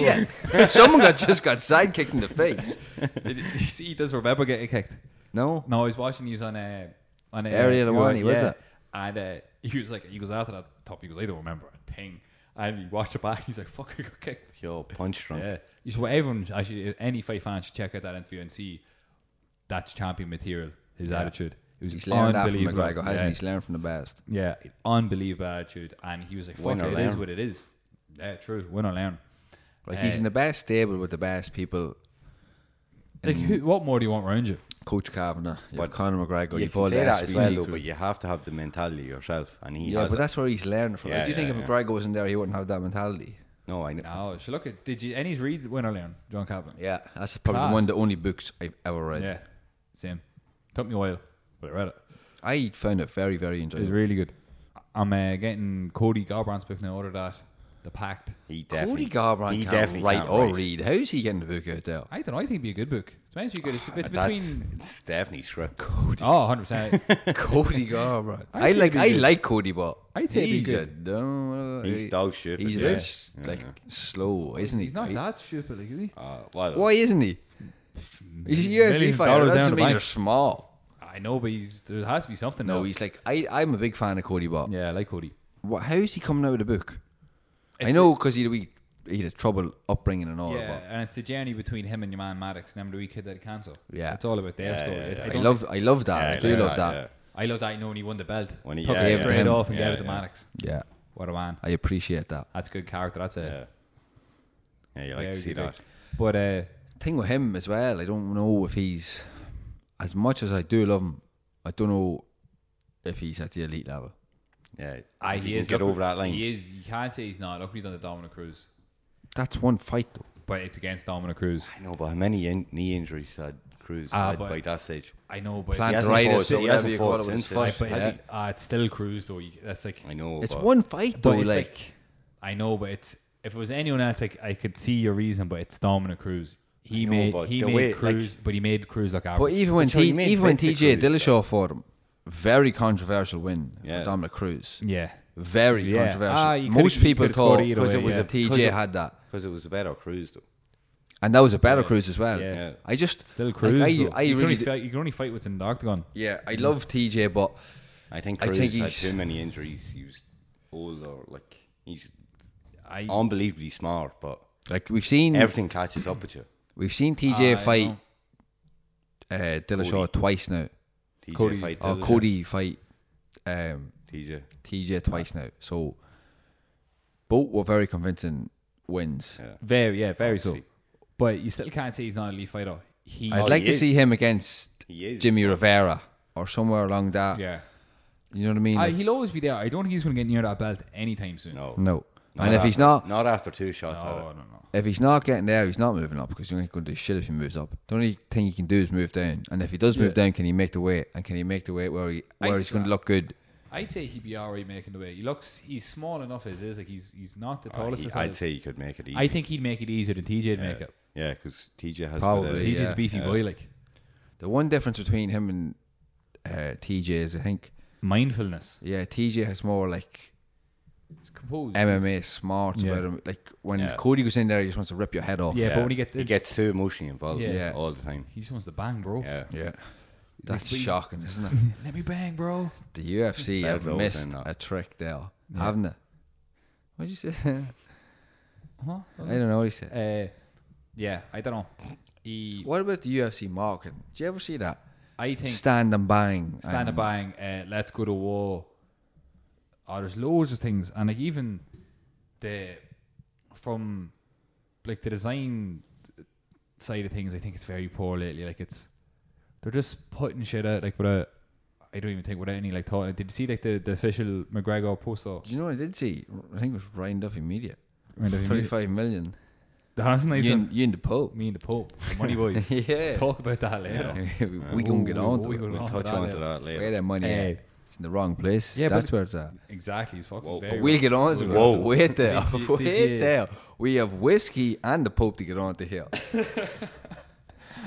Speaker 6: shit. Someone got just got sidekicked in the face.
Speaker 5: *laughs* did- you see, he does remember getting kicked.
Speaker 6: No.
Speaker 5: No, I was watching these on a on a
Speaker 6: Ariel Awani, was it?
Speaker 5: And uh, he was like, he goes after that top. He goes, I don't remember a thing. And he watched it back. He's like, fuck, I got kicked.
Speaker 7: Yo, punch drunk.
Speaker 5: Yeah. So everyone, actually, any fight fan should check out that interview and see that's champion material. His attitude. It was
Speaker 6: He's learned that from
Speaker 5: unbelievable.
Speaker 6: McGregor, hasn't
Speaker 5: yeah.
Speaker 6: he? He's learned from the best.
Speaker 5: Yeah, unbelievable attitude. And he was like, fuck
Speaker 7: Win or
Speaker 5: it, it is
Speaker 7: learn.
Speaker 5: what it is. Yeah, true. Win or learn.
Speaker 6: Like, he's
Speaker 5: Uh,
Speaker 6: in the best stable with the best people.
Speaker 5: Like, who, what more do you want around you?
Speaker 6: Coach Kavanagh, you have Conor McGregor,
Speaker 7: You
Speaker 6: you've
Speaker 7: can
Speaker 6: all
Speaker 7: say
Speaker 6: the
Speaker 7: that as
Speaker 6: SBG
Speaker 7: well, though,
Speaker 6: crew.
Speaker 7: but you have to have the mentality yourself, and he
Speaker 6: Yeah,
Speaker 7: has
Speaker 6: but
Speaker 7: it.
Speaker 6: that's where he's learned from.
Speaker 7: Yeah,
Speaker 6: Do you think
Speaker 7: yeah,
Speaker 6: if
Speaker 7: yeah.
Speaker 6: McGregor wasn't there, he wouldn't have that mentality?
Speaker 7: No, I know.
Speaker 5: No, so look at did you any read Win or Learn, John Kaplan?
Speaker 6: Yeah, that's probably
Speaker 5: Class.
Speaker 6: one of the only books I've ever read.
Speaker 5: Yeah, same. Took me a while, but I read it.
Speaker 6: I found it very, very
Speaker 5: It was
Speaker 6: enjoyable.
Speaker 5: really good. I'm uh, getting Cody Garbrandt's book now. Order that, The Pact.
Speaker 7: He
Speaker 6: Cody
Speaker 7: definitely.
Speaker 6: Garbrandt
Speaker 7: he
Speaker 6: can't
Speaker 7: definitely
Speaker 6: write
Speaker 7: can't
Speaker 6: or read. How's he getting the book out
Speaker 5: *laughs*
Speaker 6: there?
Speaker 5: I don't know. I think it'd be a good book. It's meant to be good. It's, it's
Speaker 7: *sighs* That's,
Speaker 5: between
Speaker 7: it's definitely script.
Speaker 5: oh, 100 percent.
Speaker 6: Cody Garbrandt.
Speaker 5: I'd
Speaker 6: I
Speaker 5: say
Speaker 6: like.
Speaker 5: it'd
Speaker 6: I
Speaker 5: be good.
Speaker 6: like Cody, but
Speaker 5: I'd say it'd be
Speaker 6: he's
Speaker 5: good.
Speaker 6: a dumb-
Speaker 7: He's
Speaker 6: he-
Speaker 7: dog shit,
Speaker 6: He's
Speaker 7: but
Speaker 6: very
Speaker 7: yeah.
Speaker 6: s- like slow, isn't he?
Speaker 5: He's not
Speaker 6: He-
Speaker 5: that stupid, like, is he?
Speaker 7: Uh, well,
Speaker 6: Why isn't he? He's a UFC
Speaker 5: Millions of
Speaker 6: fighter. That
Speaker 5: dollars down
Speaker 6: doesn't
Speaker 5: the
Speaker 6: mean
Speaker 5: bank.
Speaker 6: you're small.
Speaker 5: I know, but he's, there has to be something.
Speaker 6: No,
Speaker 5: though.
Speaker 6: he's like. I. I'm a big fan of Cody, but
Speaker 5: yeah, I like Cody.
Speaker 6: what, how is he coming out with a book? I
Speaker 5: It's
Speaker 6: know because he we he had a troubled upbringing and all,
Speaker 5: Yeah, and it's the journey between him and your man Maddox. Remember the wee kid that had cancer?
Speaker 6: Yeah.
Speaker 5: it's all about their
Speaker 7: Yeah,
Speaker 5: story.
Speaker 7: yeah,
Speaker 5: I-
Speaker 7: yeah.
Speaker 5: I,
Speaker 6: but I,
Speaker 5: don't
Speaker 6: love. I love that.
Speaker 7: yeah,
Speaker 6: I do
Speaker 7: yeah,
Speaker 6: love that.
Speaker 5: I love that. You know, when he won the belt,
Speaker 7: When he-
Speaker 5: took
Speaker 7: yeah,
Speaker 5: it
Speaker 7: yeah.
Speaker 5: straight
Speaker 6: Him.
Speaker 5: off and
Speaker 7: Yeah,
Speaker 5: gave it to
Speaker 7: yeah.
Speaker 5: Maddox.
Speaker 6: Yeah,
Speaker 5: What a man!
Speaker 6: I appreciate that.
Speaker 5: That's good character. That's a
Speaker 7: Yeah, yeah, you like
Speaker 5: very
Speaker 7: to see
Speaker 5: good
Speaker 7: that.
Speaker 5: pick. But uh,
Speaker 6: Thing with him as well. I don't know if he's as much as I do love him. I don't know if he's at the elite level.
Speaker 7: Yeah,
Speaker 5: I
Speaker 7: if
Speaker 5: he
Speaker 7: you
Speaker 5: is
Speaker 7: can get
Speaker 5: look,
Speaker 7: over that line.
Speaker 5: He is. You can't say he's not. Look, he's done the Dominic Cruz,
Speaker 6: That's one fight though.
Speaker 5: but it's against Dominic Cruz.
Speaker 7: I know, but how many in- knee injuries had Cruz
Speaker 5: Ah,
Speaker 7: had
Speaker 5: but-
Speaker 7: by that stage?
Speaker 5: I know, but
Speaker 6: Plant-
Speaker 5: it's,
Speaker 7: hasn't
Speaker 6: arthritis,
Speaker 7: fought-
Speaker 6: so
Speaker 7: he
Speaker 6: whatever
Speaker 7: hasn't
Speaker 6: you call
Speaker 7: fought
Speaker 6: it with
Speaker 7: since
Speaker 6: his fist.
Speaker 5: but
Speaker 7: then.
Speaker 5: it's, uh, it's still Cruz though. You, that's like
Speaker 7: I know.
Speaker 6: It's
Speaker 7: Oh, but
Speaker 6: one fight though.
Speaker 5: But it's
Speaker 6: like,
Speaker 5: like I know, but it's if it was anyone else, like I could see your reason, but it's Dominic Cruz. He
Speaker 7: know,
Speaker 5: made
Speaker 7: but
Speaker 5: he
Speaker 7: the
Speaker 5: made
Speaker 7: way, like-
Speaker 5: Cruz, but he made Cruz look average.
Speaker 6: but even when
Speaker 7: That's what
Speaker 6: T,
Speaker 7: you mean,
Speaker 6: even when
Speaker 7: Vince
Speaker 6: TJ
Speaker 7: and Cruz,
Speaker 6: Dillashaw fought him, very controversial win
Speaker 7: Yeah.
Speaker 6: for Dominic Cruz.
Speaker 5: yeah,
Speaker 6: Very
Speaker 5: Yeah.
Speaker 6: controversial.
Speaker 5: Ah, you could've-
Speaker 6: Most
Speaker 5: you
Speaker 6: people
Speaker 5: could've scored
Speaker 6: thought
Speaker 5: either
Speaker 6: because
Speaker 5: way,
Speaker 6: it was
Speaker 5: yeah.
Speaker 6: a TJ had that.
Speaker 7: because it was a better Cruz though.
Speaker 6: And that was a better cruise as well.
Speaker 5: Yeah.
Speaker 7: Yeah.
Speaker 6: I just
Speaker 5: still
Speaker 6: like,
Speaker 5: Cruz.
Speaker 6: I,
Speaker 5: though.
Speaker 6: I
Speaker 5: you,
Speaker 6: really
Speaker 5: can only
Speaker 6: d-
Speaker 5: fight, you can only fight what's in the octagon.
Speaker 6: yeah, I love TJ, but
Speaker 7: I think
Speaker 6: I
Speaker 7: Cruz
Speaker 6: think
Speaker 7: had
Speaker 6: he's-
Speaker 7: too many injuries. He was old or like he's
Speaker 5: I
Speaker 7: unbelievably smart, but
Speaker 6: like we've seen
Speaker 7: everything catches up with you.
Speaker 6: we've seen TJ
Speaker 5: I
Speaker 6: fight
Speaker 5: know.
Speaker 6: uh, Dillashaw twice now,
Speaker 7: TJ
Speaker 5: Cody-
Speaker 7: fight
Speaker 6: or
Speaker 7: Dillashaw.
Speaker 6: Cody fight um,
Speaker 7: TJ.
Speaker 6: TJ twice now. So both were very convincing wins.
Speaker 5: very yeah very so,
Speaker 7: Obviously.
Speaker 5: but you still can't say he's not a elite fighter. He
Speaker 6: I'd
Speaker 7: Oh,
Speaker 6: like
Speaker 7: he
Speaker 6: to
Speaker 7: is.
Speaker 6: see him against
Speaker 7: He is.
Speaker 6: Jimmy Rivera or somewhere along that.
Speaker 5: yeah.
Speaker 6: You know what I mean?
Speaker 5: I,
Speaker 6: Like,
Speaker 5: he'll always be there. I don't think he's going to get near that belt anytime soon.
Speaker 7: No.
Speaker 6: no,
Speaker 7: Not
Speaker 6: and if he's
Speaker 7: after-
Speaker 6: not,
Speaker 7: not after two shots
Speaker 5: no,
Speaker 7: at it.
Speaker 5: no, no.
Speaker 6: If he's not getting there, he's not moving up because you're not going to do shit if he moves up. The only thing he can do is move down. And if he does move down, can he make the weight? And can he make the weight where he
Speaker 5: I-
Speaker 6: where he's going to look good?
Speaker 5: I'd say he'd be already making the way. He looks, he's small enough as is. Like he's he's not the
Speaker 7: Oh,
Speaker 5: tallest.
Speaker 7: he-
Speaker 5: of
Speaker 7: I'd
Speaker 5: fellas.
Speaker 7: say he could make it easy.
Speaker 5: I think he'd make it easier than TJ'd make it.
Speaker 7: Yeah, because TJ has
Speaker 6: Probably.
Speaker 7: Bit
Speaker 5: TJ's
Speaker 6: Yeah.
Speaker 5: a beefy boy, like
Speaker 6: The one difference between him and uh, TJ is I think
Speaker 5: Mindfulness.
Speaker 6: yeah TJ has more like
Speaker 5: It's composed.
Speaker 6: MMA smarts
Speaker 5: Yeah.
Speaker 6: about him. Like when
Speaker 5: Yeah.
Speaker 6: Cody goes in there, he just wants to rip your head off.
Speaker 5: Yeah,
Speaker 7: Yeah.
Speaker 5: but when you get
Speaker 7: he
Speaker 5: the,
Speaker 7: gets too emotionally involved
Speaker 5: Yeah.
Speaker 7: all the time.
Speaker 5: he just wants to bang, bro.
Speaker 7: Yeah,
Speaker 6: yeah. That's
Speaker 5: please-
Speaker 6: shocking, isn't it?
Speaker 5: *laughs* Let me bang, bro.
Speaker 6: The UFC
Speaker 7: That's
Speaker 6: have
Speaker 7: always
Speaker 6: missed
Speaker 7: in that.
Speaker 6: a trick there, haven't they? What'd you say?
Speaker 5: Huh?
Speaker 6: I don't know what he said.
Speaker 5: Uh, yeah, I don't know. He,
Speaker 6: What about the UFC marketing? Did you ever see that?
Speaker 5: I think
Speaker 6: Stand and bang. Um,
Speaker 5: stand
Speaker 6: and
Speaker 5: up bang, uh, let's go to war. Oh, there's loads of things, and like even the from like the design side of things, I think it's very poor lately. Like it's they're just putting shit out like without. I don't even think without any like thought. Did you see like the, the official McGregor Oh, poster?
Speaker 6: Do you know what I did see? I think it was Ryan Duffy Media.
Speaker 5: Ryan Duffy Media.
Speaker 6: 25 million.
Speaker 5: The Hanson
Speaker 6: You and, you and the Pope.
Speaker 5: me and the Pope, Money
Speaker 6: *laughs*
Speaker 5: Boys.
Speaker 6: Yeah.
Speaker 5: Talk about that later.
Speaker 6: *laughs* we gonna get
Speaker 5: Ooh,
Speaker 6: on
Speaker 5: we
Speaker 6: to
Speaker 5: gonna
Speaker 6: it.
Speaker 5: get
Speaker 7: touch
Speaker 5: that
Speaker 7: on to
Speaker 5: later.
Speaker 7: that
Speaker 6: Where
Speaker 7: later.
Speaker 6: that money
Speaker 5: Eh.
Speaker 6: at? It's in the wrong place.
Speaker 5: Yeah, but-
Speaker 6: That's where it's at.
Speaker 5: Exactly. It's fucking
Speaker 7: Whoa,
Speaker 5: very
Speaker 6: We'll get on to
Speaker 7: Whoa.
Speaker 6: it. Wait there.
Speaker 5: *laughs* Did you-
Speaker 6: Wait
Speaker 5: did you-
Speaker 6: there. We have whiskey and the Pope to get on to
Speaker 5: *laughs*
Speaker 6: here.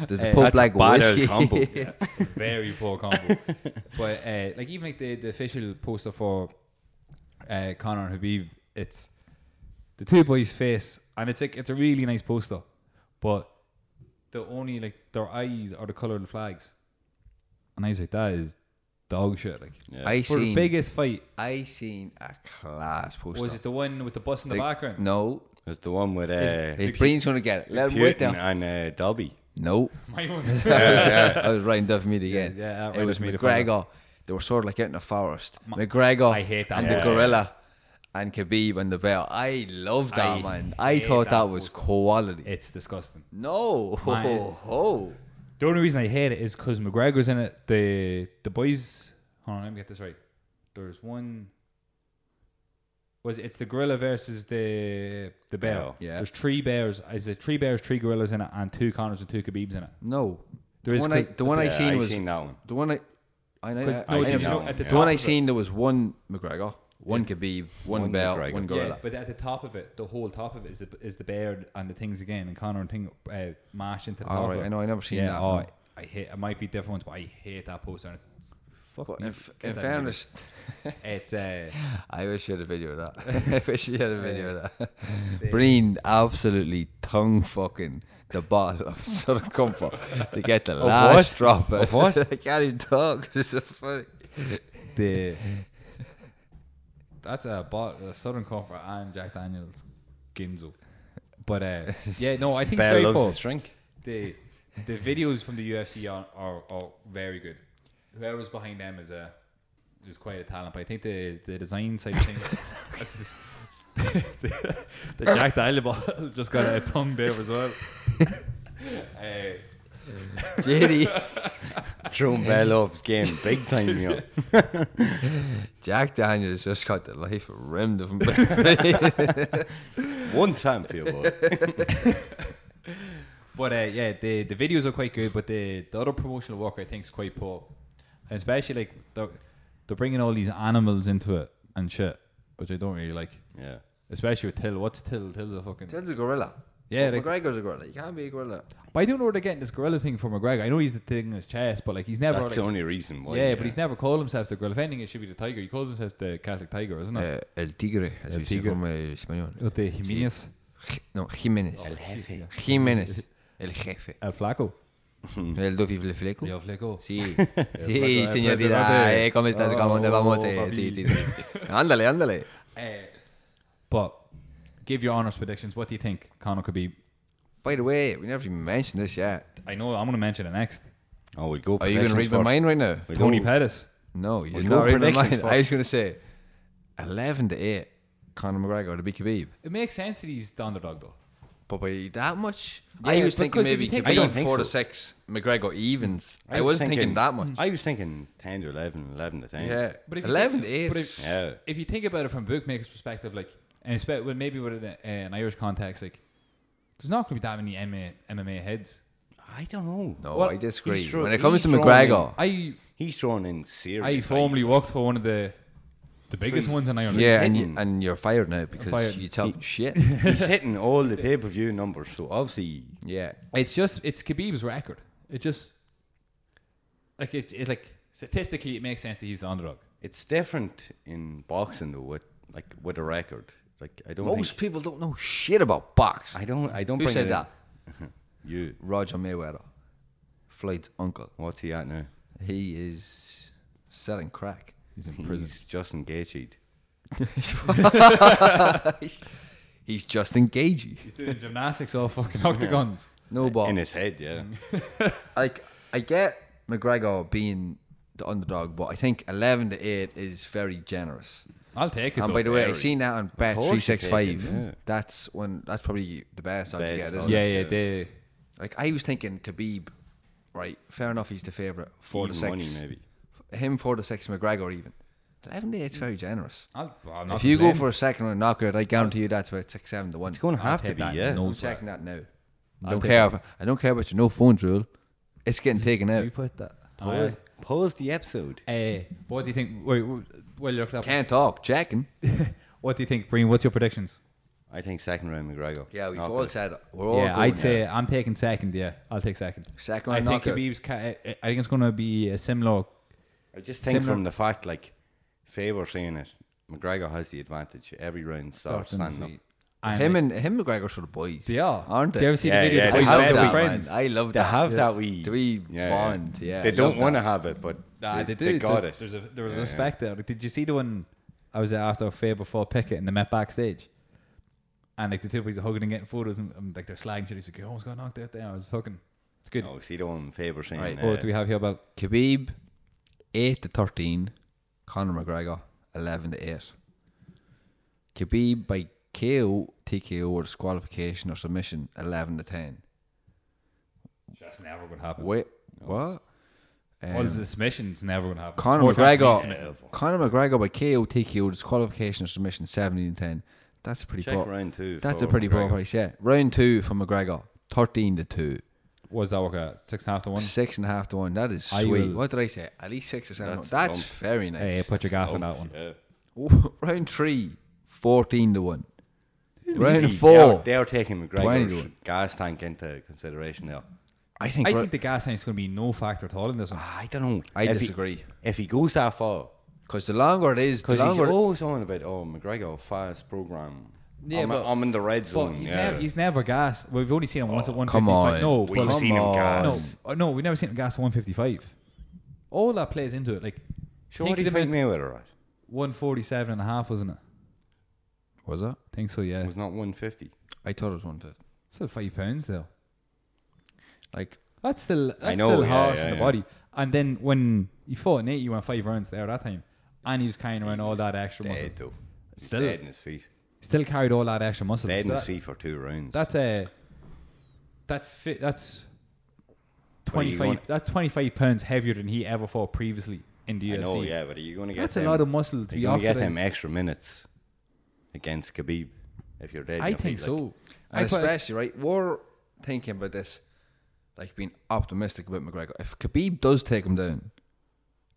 Speaker 6: Does the
Speaker 5: Eh,
Speaker 6: Pope
Speaker 5: that's
Speaker 6: like
Speaker 7: bad as
Speaker 6: whiskey?
Speaker 7: humble.
Speaker 5: very poor combo. but uh, like even like the, the official poster for uh, Conor and Habib, it's the two boys' face, and it's like it's a really nice poster, but the only like their eyes are the color of the flags, and I was like, that is dog shit. Like
Speaker 6: *laughs*
Speaker 7: Yeah.
Speaker 6: I
Speaker 5: for the
Speaker 6: seen.
Speaker 5: biggest fight
Speaker 6: I seen a class poster.
Speaker 5: was it the one with the bus in the
Speaker 6: They-
Speaker 5: background?
Speaker 6: No.
Speaker 7: It's the one with uh,
Speaker 6: Hey, Breen's gonna get it. Let him wait
Speaker 7: Putin
Speaker 6: there.
Speaker 7: and uh, Dobby.
Speaker 6: No.
Speaker 5: *laughs* My
Speaker 6: *laughs*
Speaker 5: one.
Speaker 6: I was writing Duff Mead again.
Speaker 5: Yeah, yeah, that
Speaker 6: it was
Speaker 5: Ryan Duff Mead
Speaker 6: McGregor. They were sort of like out in the forest. McGregor
Speaker 5: I hate that
Speaker 6: and the
Speaker 5: poster.
Speaker 6: gorilla and Khabib and the bear. I love that
Speaker 5: I
Speaker 6: man. I
Speaker 5: hate
Speaker 6: thought
Speaker 5: that
Speaker 6: that, was
Speaker 5: poster.
Speaker 6: quality.
Speaker 5: it's disgusting.
Speaker 6: no,
Speaker 5: Mine-
Speaker 6: ho, ho.
Speaker 5: The only reason I hate it is because McGregor's in it. The the boys. Hold on, let me get this right. There's one. Was it- it's the gorilla versus the the bear?
Speaker 7: Bear.
Speaker 6: Yeah.
Speaker 5: There's three bears. Is it three bears, three gorillas in it, and two Connors and two Khabibs in it?
Speaker 6: *laughs* no.
Speaker 5: There
Speaker 6: The
Speaker 5: is
Speaker 6: one, I,
Speaker 5: co-
Speaker 6: the one I
Speaker 7: Yeah,
Speaker 6: seen
Speaker 7: I
Speaker 6: was
Speaker 7: seen that one.
Speaker 6: the one I. I know.
Speaker 5: 'Cause-
Speaker 6: I-
Speaker 5: no,
Speaker 6: I
Speaker 5: it's-
Speaker 6: never-
Speaker 7: seen
Speaker 5: you
Speaker 7: that
Speaker 5: know,
Speaker 7: one,
Speaker 5: at the
Speaker 7: yeah.
Speaker 6: the one I
Speaker 5: top of it-
Speaker 6: seen there was one McGregor, one Khabib, one,
Speaker 7: One
Speaker 6: Bell,
Speaker 7: McGregor.
Speaker 6: one
Speaker 7: Yeah,
Speaker 6: gorilla.
Speaker 5: Yeah, but at the top of it, the whole top of it is the is the bear and the things again, and Connor and thing uh, mash into the
Speaker 6: All
Speaker 5: top of
Speaker 6: right,
Speaker 5: it.
Speaker 6: I know, I never seen
Speaker 5: yeah,
Speaker 6: that,
Speaker 5: Oh,
Speaker 6: no.
Speaker 5: I hate. It might be different ones, but I hate that poster. And
Speaker 6: But if,
Speaker 5: get
Speaker 6: in
Speaker 5: that
Speaker 6: fairness,
Speaker 5: it's it's uh,
Speaker 6: I wish you had a video of that. I wish you had a video of that. Breen absolutely tongue fucking the bottle of *laughs* Southern Comfort to get the last
Speaker 7: what?
Speaker 6: drop.
Speaker 7: Of
Speaker 6: *laughs*
Speaker 7: what?
Speaker 6: I can't even talk. *laughs* 'cause It's so funny.
Speaker 5: the *laughs* that's a bot a Southern Comfort and Jack Daniels Ginzo. But uh, yeah, no, I think it's
Speaker 7: Bear
Speaker 5: very
Speaker 7: loves
Speaker 5: cool.
Speaker 7: his drink.
Speaker 5: The the videos from the UFC are, are, are very good. Whoever's behind them is a is quite a talent. But I think the the design side of things. the, *laughs* the Jack Daniel bottle *laughs* just got a tongue there as well. uh,
Speaker 6: JD,
Speaker 7: Jerome Bear loves game big time, you know.
Speaker 6: Jack Daniels just got the life rimmed of him.
Speaker 5: *laughs*
Speaker 7: One time for your boy.
Speaker 5: But uh, yeah, the the videos are quite good, but the, the other promotional work I think is quite poor, and especially like they're, they're bringing all these animals into it and shit, which I don't really like.
Speaker 7: Yeah.
Speaker 5: Especially with Till. What's Till? Till's a fucking.
Speaker 6: Ted's a gorilla.
Speaker 5: Yeah,
Speaker 6: But
Speaker 5: like-
Speaker 6: McGregor's a gorilla. You can't be a gorilla.
Speaker 5: But I don't know where they're getting this gorilla thing from McGregor. I know he's the thing in his chest, but like he's never.
Speaker 7: That's the
Speaker 5: like-
Speaker 7: only reason why.
Speaker 5: yeah, but he's never called himself the gorilla. If anything, it should be the tiger. He calls himself the Catholic tiger, isn't it?
Speaker 6: Uh, El Tigre, as
Speaker 5: El
Speaker 6: we say
Speaker 5: Tigre.
Speaker 6: from uh, Espanol.
Speaker 5: With the Jimenez,
Speaker 6: No, Jimenez. El Jefe. Jimenez. El Jefe.
Speaker 5: El Flaco,
Speaker 6: El Duffy Fleco.
Speaker 5: Leo Flaco.
Speaker 6: *laughs* Sí, sí, señorita.
Speaker 5: presidente.
Speaker 6: Eh, ¿Cómo estás?
Speaker 5: Oh,
Speaker 6: ¿Cómo dónde vamos? Eh,
Speaker 5: papi.
Speaker 6: sí, sí, sí. Ándale, ándale.
Speaker 5: But give your honest predictions. What do you think Conor could be?
Speaker 6: By the way, we never even mentioned this yet.
Speaker 5: I know I'm going to mention it next.
Speaker 7: Oh, we'll go.
Speaker 6: Are you going to read my mind right now?
Speaker 7: we
Speaker 5: Tony Pettis.
Speaker 6: No, you
Speaker 7: We'll
Speaker 6: did
Speaker 7: go
Speaker 6: not read my mind.
Speaker 7: predictions
Speaker 6: I was going to say 11 to 8, Conor McGregor to beat Khabib.
Speaker 5: It makes sense that he's the underdog though.
Speaker 6: But by that much?
Speaker 5: Yeah,
Speaker 6: I was thinking
Speaker 5: because if
Speaker 6: maybe
Speaker 5: you take-
Speaker 6: Khabib
Speaker 5: I don't
Speaker 7: think
Speaker 6: 4 to
Speaker 7: so.
Speaker 6: 6, McGregor evens. I, wasn't thinking, Mm. that much.
Speaker 7: I was thinking 10 to 11, 11 to 10.
Speaker 6: yeah.
Speaker 5: But if you
Speaker 6: 11 to
Speaker 5: think- but
Speaker 6: 8.
Speaker 5: if-
Speaker 7: Yeah.
Speaker 5: If you think about it from bookmaker's perspective, like, and espe- well, maybe with an, an Irish context, like, there's not going to be that many MMA, MMA heads.
Speaker 7: I don't know.
Speaker 6: No,
Speaker 5: Well,
Speaker 6: I disagree.
Speaker 7: he's throw-
Speaker 6: when it comes
Speaker 7: he's
Speaker 6: to
Speaker 7: throwing
Speaker 6: McGregor,
Speaker 5: I
Speaker 7: He's thrown in serious.
Speaker 5: I formerly
Speaker 7: heights.
Speaker 5: worked for one of the the biggest ones in Ireland.
Speaker 6: yeah, and, you,
Speaker 7: hitting.
Speaker 6: and you're fired now because
Speaker 5: fired.
Speaker 6: you tell shit. *laughs*
Speaker 5: *laughs*
Speaker 7: He's hitting all the pay per view numbers, so obviously
Speaker 6: yeah.
Speaker 5: it's just it's Khabib's record. It just like it, it like statistically it makes sense that he's the underdog.
Speaker 7: It's different in boxing though. With like with a record, like I don't.
Speaker 6: Most
Speaker 7: think,
Speaker 6: people don't know shit about box.
Speaker 7: I don't. I don't.
Speaker 6: Who
Speaker 7: bring
Speaker 6: said
Speaker 7: it
Speaker 6: that?
Speaker 7: In. You.
Speaker 6: Roger Mayweather, Floyd's uncle.
Speaker 7: What's he at now?
Speaker 6: He is selling crack.
Speaker 5: He's in prison.
Speaker 7: He's Justin Gaethje.
Speaker 6: He's just engaging.
Speaker 5: He's doing *laughs* gymnastics all fucking octagons.
Speaker 6: No ball.
Speaker 7: In his head, yeah.
Speaker 5: Mm-hmm.
Speaker 6: like I get McGregor being the underdog, but I think eleven to eight is very generous.
Speaker 5: I'll take it.
Speaker 6: and
Speaker 5: though.
Speaker 6: by the way, I
Speaker 5: Very.
Speaker 6: seen that on Bet
Speaker 7: course
Speaker 6: three
Speaker 7: you
Speaker 6: six
Speaker 7: take
Speaker 6: five.
Speaker 7: it, yeah.
Speaker 6: That's when that's probably the best odds you
Speaker 7: Best
Speaker 6: get, isn't
Speaker 5: yeah,
Speaker 6: it?
Speaker 5: yeah, they
Speaker 6: Like I was thinking Khabib, right? Fair enough, he's the favorite. Four to
Speaker 7: Even
Speaker 6: six,
Speaker 7: money, maybe.
Speaker 6: Him four to six, McGregor even. Eleven to eight's
Speaker 5: Mm.
Speaker 6: very generous.
Speaker 5: I'll, well,
Speaker 6: If you go for a second round knockout, I guarantee you that's about six seven to one.
Speaker 7: It's going to
Speaker 5: I'll
Speaker 7: have to
Speaker 5: take
Speaker 7: be,
Speaker 5: that,
Speaker 7: yeah.
Speaker 5: no
Speaker 6: I'm
Speaker 5: sweat.
Speaker 6: checking that now. I don't care. If, I don't care about your no phones rule. It's
Speaker 5: *laughs*
Speaker 6: getting taken out.
Speaker 5: you put that.
Speaker 7: Pause, pause the episode.
Speaker 5: Eh, what do you think? Wait, wh- while you're looking up,
Speaker 6: Can't talk. Checking.
Speaker 5: what do you think, Breen? What's your predictions?
Speaker 7: I think second round McGregor.
Speaker 6: Yeah, we've
Speaker 7: Knockout.
Speaker 6: all said we're all.
Speaker 5: yeah,
Speaker 6: going
Speaker 5: I'd say I'm taking second. Yeah, I'll take second.
Speaker 6: Second Oh,
Speaker 5: I think
Speaker 6: knockout.
Speaker 5: Khabib's. Ca- I I think it's gonna be a similar.
Speaker 7: I just think
Speaker 5: Similar-
Speaker 7: from the fact like Faber saying it, McGregor has the advantage. Every round starts
Speaker 5: Starts on the
Speaker 7: standing up.
Speaker 5: feet. And
Speaker 6: him
Speaker 5: like,
Speaker 6: and him McGregor sort of boys.
Speaker 5: they are,
Speaker 6: aren't they?
Speaker 5: Do you ever see
Speaker 7: Yeah,
Speaker 5: the video?
Speaker 7: yeah,
Speaker 5: of the
Speaker 7: they
Speaker 5: boys
Speaker 7: have
Speaker 5: best
Speaker 7: that,
Speaker 5: friends.
Speaker 6: man. I love
Speaker 7: They
Speaker 6: that.
Speaker 7: have that we
Speaker 6: Do we bond? Yeah,
Speaker 7: they
Speaker 6: I
Speaker 7: don't
Speaker 6: love
Speaker 7: want to have it, but
Speaker 5: Nah, they, do.
Speaker 7: They got
Speaker 5: There-
Speaker 7: it.
Speaker 5: There's a, there was a respect there. Like, did you see the one I was at after a fair before Pickett and they met backstage? And like the two boys are hugging and getting photos and, and like they're slagging shit. He's like, you almost got knocked out there. I was fucking. It's good.
Speaker 7: No, Oh, see the one Faber saying.
Speaker 6: Right.
Speaker 7: uh,
Speaker 5: What do we have here about?
Speaker 6: Khabib, eight to thirteen. Conor McGregor, eleven to eight. Khabib by KO, TKO, or disqualification or submission, eleven to ten.
Speaker 5: That's never going to happen.
Speaker 6: Wait, what? Um,
Speaker 5: Well, the submission's never going to happen.
Speaker 6: Conor
Speaker 5: Or it's actually
Speaker 6: McGregor,
Speaker 5: submitted.
Speaker 6: Conor McGregor by KO, TKO, disqualification or submission, seventeen and ten. That's a pretty
Speaker 7: Check
Speaker 6: poor.
Speaker 7: round two
Speaker 6: That's
Speaker 7: for
Speaker 6: a pretty poor
Speaker 7: McGregor.
Speaker 6: price. Yeah, round two for McGregor, thirteen to two,
Speaker 5: What does that work out? Six and a half to one?
Speaker 6: six and a half to one. That is
Speaker 5: I
Speaker 6: sweet.
Speaker 5: will-
Speaker 6: What did I say? At least six or seven.
Speaker 7: That's
Speaker 6: That's, that's
Speaker 7: lump.
Speaker 6: very nice.
Speaker 5: Hey, put your gaff on that one.
Speaker 7: Oh, Yeah.
Speaker 6: *laughs* round three, 14 to one. Round
Speaker 7: Easy.
Speaker 6: four.
Speaker 7: They are, they are taking
Speaker 6: 20 to
Speaker 7: McGregor's
Speaker 6: one.
Speaker 7: gas tank into consideration there.
Speaker 6: I think.
Speaker 5: I
Speaker 6: ro-
Speaker 5: think the gas tank's going to be no factor at all in this one.
Speaker 7: I don't know.
Speaker 6: I
Speaker 7: If he-
Speaker 6: disagree.
Speaker 7: if he goes that far,
Speaker 6: Because the longer it is, the
Speaker 7: Because he's
Speaker 6: longer.
Speaker 7: always on about oh McGregor fast program.
Speaker 5: Yeah,
Speaker 7: I'm,
Speaker 5: but-
Speaker 7: I'm in the red
Speaker 5: But
Speaker 7: zone.
Speaker 5: he's,
Speaker 7: yeah.
Speaker 5: never, he's never gas. We've only seen him once at
Speaker 6: come
Speaker 5: 155.
Speaker 6: on.
Speaker 5: No,
Speaker 7: We've
Speaker 5: but-
Speaker 6: Come
Speaker 7: seen him
Speaker 6: on.
Speaker 5: No,
Speaker 7: gas.
Speaker 5: uh, no, we never seen him gas at 155. All that plays into it. Like,
Speaker 7: Sure,
Speaker 5: think
Speaker 7: what do you
Speaker 5: of the
Speaker 7: think
Speaker 5: amount-
Speaker 7: Mayweather at?
Speaker 5: 147 and a half, wasn't it?
Speaker 6: Was it?
Speaker 5: think so, yeah.
Speaker 7: It was not 150.
Speaker 6: I thought it was one fifty.
Speaker 5: Still five pounds, though.
Speaker 6: Like
Speaker 5: That's still, that's
Speaker 7: I know,
Speaker 5: still
Speaker 7: yeah,
Speaker 5: harsh
Speaker 7: yeah,
Speaker 5: on the
Speaker 7: yeah.
Speaker 5: body. And then when he fought Nate, you went five rounds there that time. And he was carrying around all that extra muscle.
Speaker 7: Dead though. He's
Speaker 5: Still-
Speaker 7: dead in his feet.
Speaker 5: Still carried all that extra muscle.
Speaker 7: Dead
Speaker 5: So
Speaker 7: in his
Speaker 5: that-
Speaker 7: feet for two rounds.
Speaker 5: That's a. That's fit. That's. Twenty
Speaker 7: you
Speaker 5: five.
Speaker 7: want-
Speaker 5: That's twenty five pounds heavier than he ever fought previously in the
Speaker 7: I
Speaker 5: UFC.
Speaker 7: know, yeah, but are you going to get
Speaker 5: That's
Speaker 7: them,
Speaker 5: a lot of muscle to
Speaker 7: Are you
Speaker 5: be
Speaker 7: going to get
Speaker 5: oxidized.
Speaker 7: him extra minutes against Khabib if you're dead? in
Speaker 5: I
Speaker 7: your
Speaker 5: think
Speaker 7: feet,
Speaker 5: so.
Speaker 7: Like,
Speaker 5: I
Speaker 6: and
Speaker 5: put-
Speaker 6: especially right, we're thinking about this, like being optimistic about McGregor. If Khabib does take him down,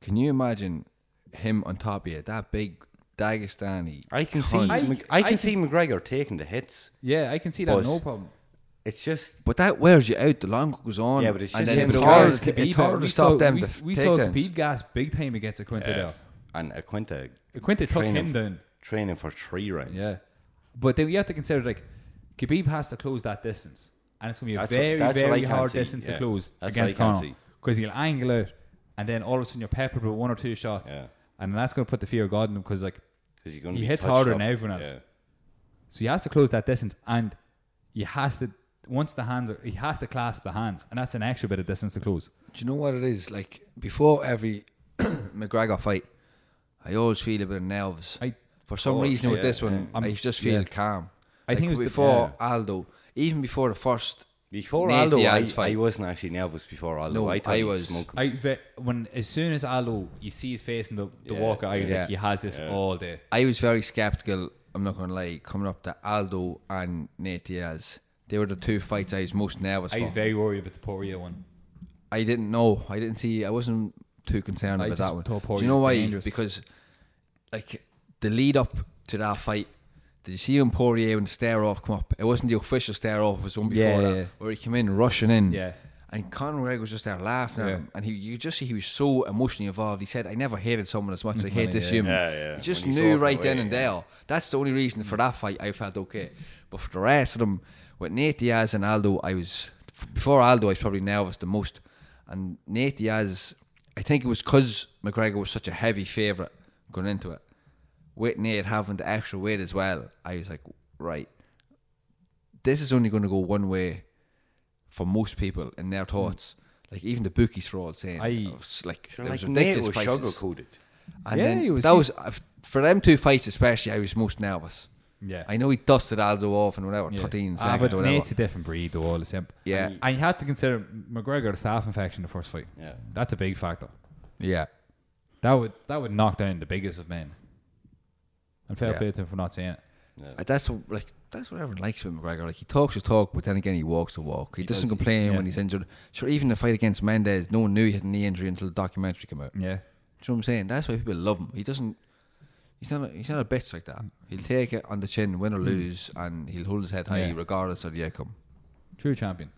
Speaker 6: can you imagine him on top of you? That big Dagestani.
Speaker 7: I can see.
Speaker 5: I-
Speaker 7: Mc- I,
Speaker 5: I
Speaker 7: can
Speaker 5: can
Speaker 7: see
Speaker 5: s-
Speaker 7: McGregor taking the hits.
Speaker 5: yeah, I can see that.
Speaker 7: Buzz.
Speaker 5: No problem.
Speaker 7: It's just
Speaker 6: But that wears you out. The longer it goes on,
Speaker 7: Yeah, but it's
Speaker 6: and
Speaker 7: just
Speaker 6: then
Speaker 7: him
Speaker 6: it's
Speaker 7: and
Speaker 6: hard.
Speaker 7: Khabib,
Speaker 6: To,
Speaker 5: Khabib,
Speaker 6: it's hard
Speaker 5: we
Speaker 6: to stop
Speaker 5: saw-
Speaker 6: them.
Speaker 5: We,
Speaker 6: to
Speaker 5: s-
Speaker 6: f-
Speaker 5: we
Speaker 6: take
Speaker 5: saw
Speaker 6: downs.
Speaker 5: Khabib gas big time against the Quinta
Speaker 7: yeah.
Speaker 5: there.
Speaker 7: uh, And Aquinta.
Speaker 5: Quinta took him down.
Speaker 7: Training for three rounds.
Speaker 5: Yeah, but then you have to consider like Khabib has to close that distance, and it's going to be a
Speaker 7: That's what-
Speaker 5: very,
Speaker 7: that's what I
Speaker 5: very
Speaker 7: can't
Speaker 5: hard
Speaker 7: see,
Speaker 5: distance
Speaker 7: yeah.
Speaker 5: to close
Speaker 7: That's what I
Speaker 5: against
Speaker 7: can't
Speaker 5: Conor
Speaker 7: see.
Speaker 5: because he'll angle out, and then all of a sudden you're peppered with one or two shots,
Speaker 7: Yeah.
Speaker 5: and that's going to put the fear of God in him because like
Speaker 7: Because you're going to
Speaker 5: He
Speaker 7: be
Speaker 5: hits
Speaker 7: touched
Speaker 5: harder
Speaker 7: up.
Speaker 5: than everyone else.
Speaker 7: Yeah.
Speaker 5: So he has to close that distance, and he has to once the hands are he has to clasp the hands, and that's an extra bit of distance to close.
Speaker 6: Do you know what it is? Like before every *clears throat* McGregor fight, I always feel a bit of nerves.
Speaker 5: I-
Speaker 6: For some
Speaker 7: Oh,
Speaker 6: reason with
Speaker 7: yeah,
Speaker 6: this one,
Speaker 5: yeah.
Speaker 6: I just feel
Speaker 5: Yeah.
Speaker 6: calm.
Speaker 5: I think it was the-
Speaker 6: before Aldo, even before the first.
Speaker 7: Before
Speaker 6: Nate
Speaker 7: Aldo, I,
Speaker 6: Diaz
Speaker 7: I
Speaker 6: fight.
Speaker 7: wasn't actually nervous before Aldo.
Speaker 6: No,
Speaker 7: I thought
Speaker 6: I
Speaker 7: he
Speaker 6: was.
Speaker 7: was smoking.
Speaker 5: I ve- when as soon as Aldo, you see his face in the, the
Speaker 7: Yeah.
Speaker 5: walker, I was
Speaker 6: Yeah.
Speaker 5: like, he has this all day.
Speaker 6: I was very skeptical. I'm not going to lie. Coming up to Aldo and Nate Diaz, they were the two fights I was most nervous
Speaker 5: I was
Speaker 6: for.
Speaker 5: very worried about the Poirier one.
Speaker 6: I didn't know. I didn't see. I wasn't too concerned
Speaker 5: I
Speaker 6: about
Speaker 5: just
Speaker 6: that one.
Speaker 5: thought
Speaker 6: Do
Speaker 5: Poirier
Speaker 6: you know
Speaker 5: was
Speaker 6: why?
Speaker 5: dangerous.
Speaker 6: Because like the lead up to that fight, did you see when Poirier when the stare off come up? It wasn't the official stare off. It was one before
Speaker 5: Yeah,
Speaker 6: that
Speaker 5: yeah.
Speaker 6: where he came in rushing in.
Speaker 5: Yeah.
Speaker 6: And Conor McGregor was just there laughing
Speaker 5: Yeah.
Speaker 6: at him, and he you just see he was so emotionally involved. He said, "I never hated someone as much as I hate this human."
Speaker 7: Yeah, yeah.
Speaker 6: He just
Speaker 7: When you
Speaker 6: knew
Speaker 7: thought
Speaker 6: right
Speaker 7: that
Speaker 6: then
Speaker 7: way,
Speaker 6: and
Speaker 7: yeah.
Speaker 6: there. That's the only reason for that fight I felt okay. But for the rest of them, with Nate Diaz and Aldo, I was f- before Aldo, I was probably nervous the most. And Nate Diaz, I think it was because McGregor was such a heavy favorite going into it. With Nate having the extra weight as well, I was like, right, this is only going to go one way for most people in their thoughts. Like even the bookies were all saying,
Speaker 5: I-
Speaker 6: it was like, it
Speaker 7: Like
Speaker 6: was
Speaker 7: Nate was
Speaker 6: ridiculous prices.
Speaker 7: sugar-coated.
Speaker 6: And
Speaker 5: Yeah,
Speaker 6: then
Speaker 5: he was-
Speaker 6: that was uh,
Speaker 5: he's-
Speaker 6: for them two fights especially. I was most nervous.
Speaker 5: Yeah.
Speaker 6: I know he dusted Aldo off and whatever, thirteen
Speaker 5: ah,
Speaker 6: seconds
Speaker 5: but
Speaker 6: or whatever.
Speaker 5: Nate's a different breed, though, all the same.
Speaker 6: Yeah.
Speaker 5: And, you had to consider McGregor had a staph infection in the first fight.
Speaker 7: Yeah.
Speaker 5: That's a big factor.
Speaker 6: yeah,
Speaker 5: That would that would knock down the biggest of men. And fair
Speaker 6: Yeah.
Speaker 5: play to him for not saying it.
Speaker 6: Uh, that's what, like that's what everyone likes about McGregor. Like he talks his talk, but then again he walks the walk. He, doesn't
Speaker 5: does,
Speaker 6: complain
Speaker 5: yeah.
Speaker 6: when he's injured. Sure, even the fight against Mendez, no one knew he had a knee injury until the documentary came out.
Speaker 5: Yeah.
Speaker 6: Do you know what I'm saying? That's why people love him. He doesn't. He's not. A, he's not a bitch like that. He'll take it on the chin, win or lose, and he'll hold his head high
Speaker 5: Mm. Yeah.
Speaker 6: regardless of the outcome.
Speaker 5: True champion.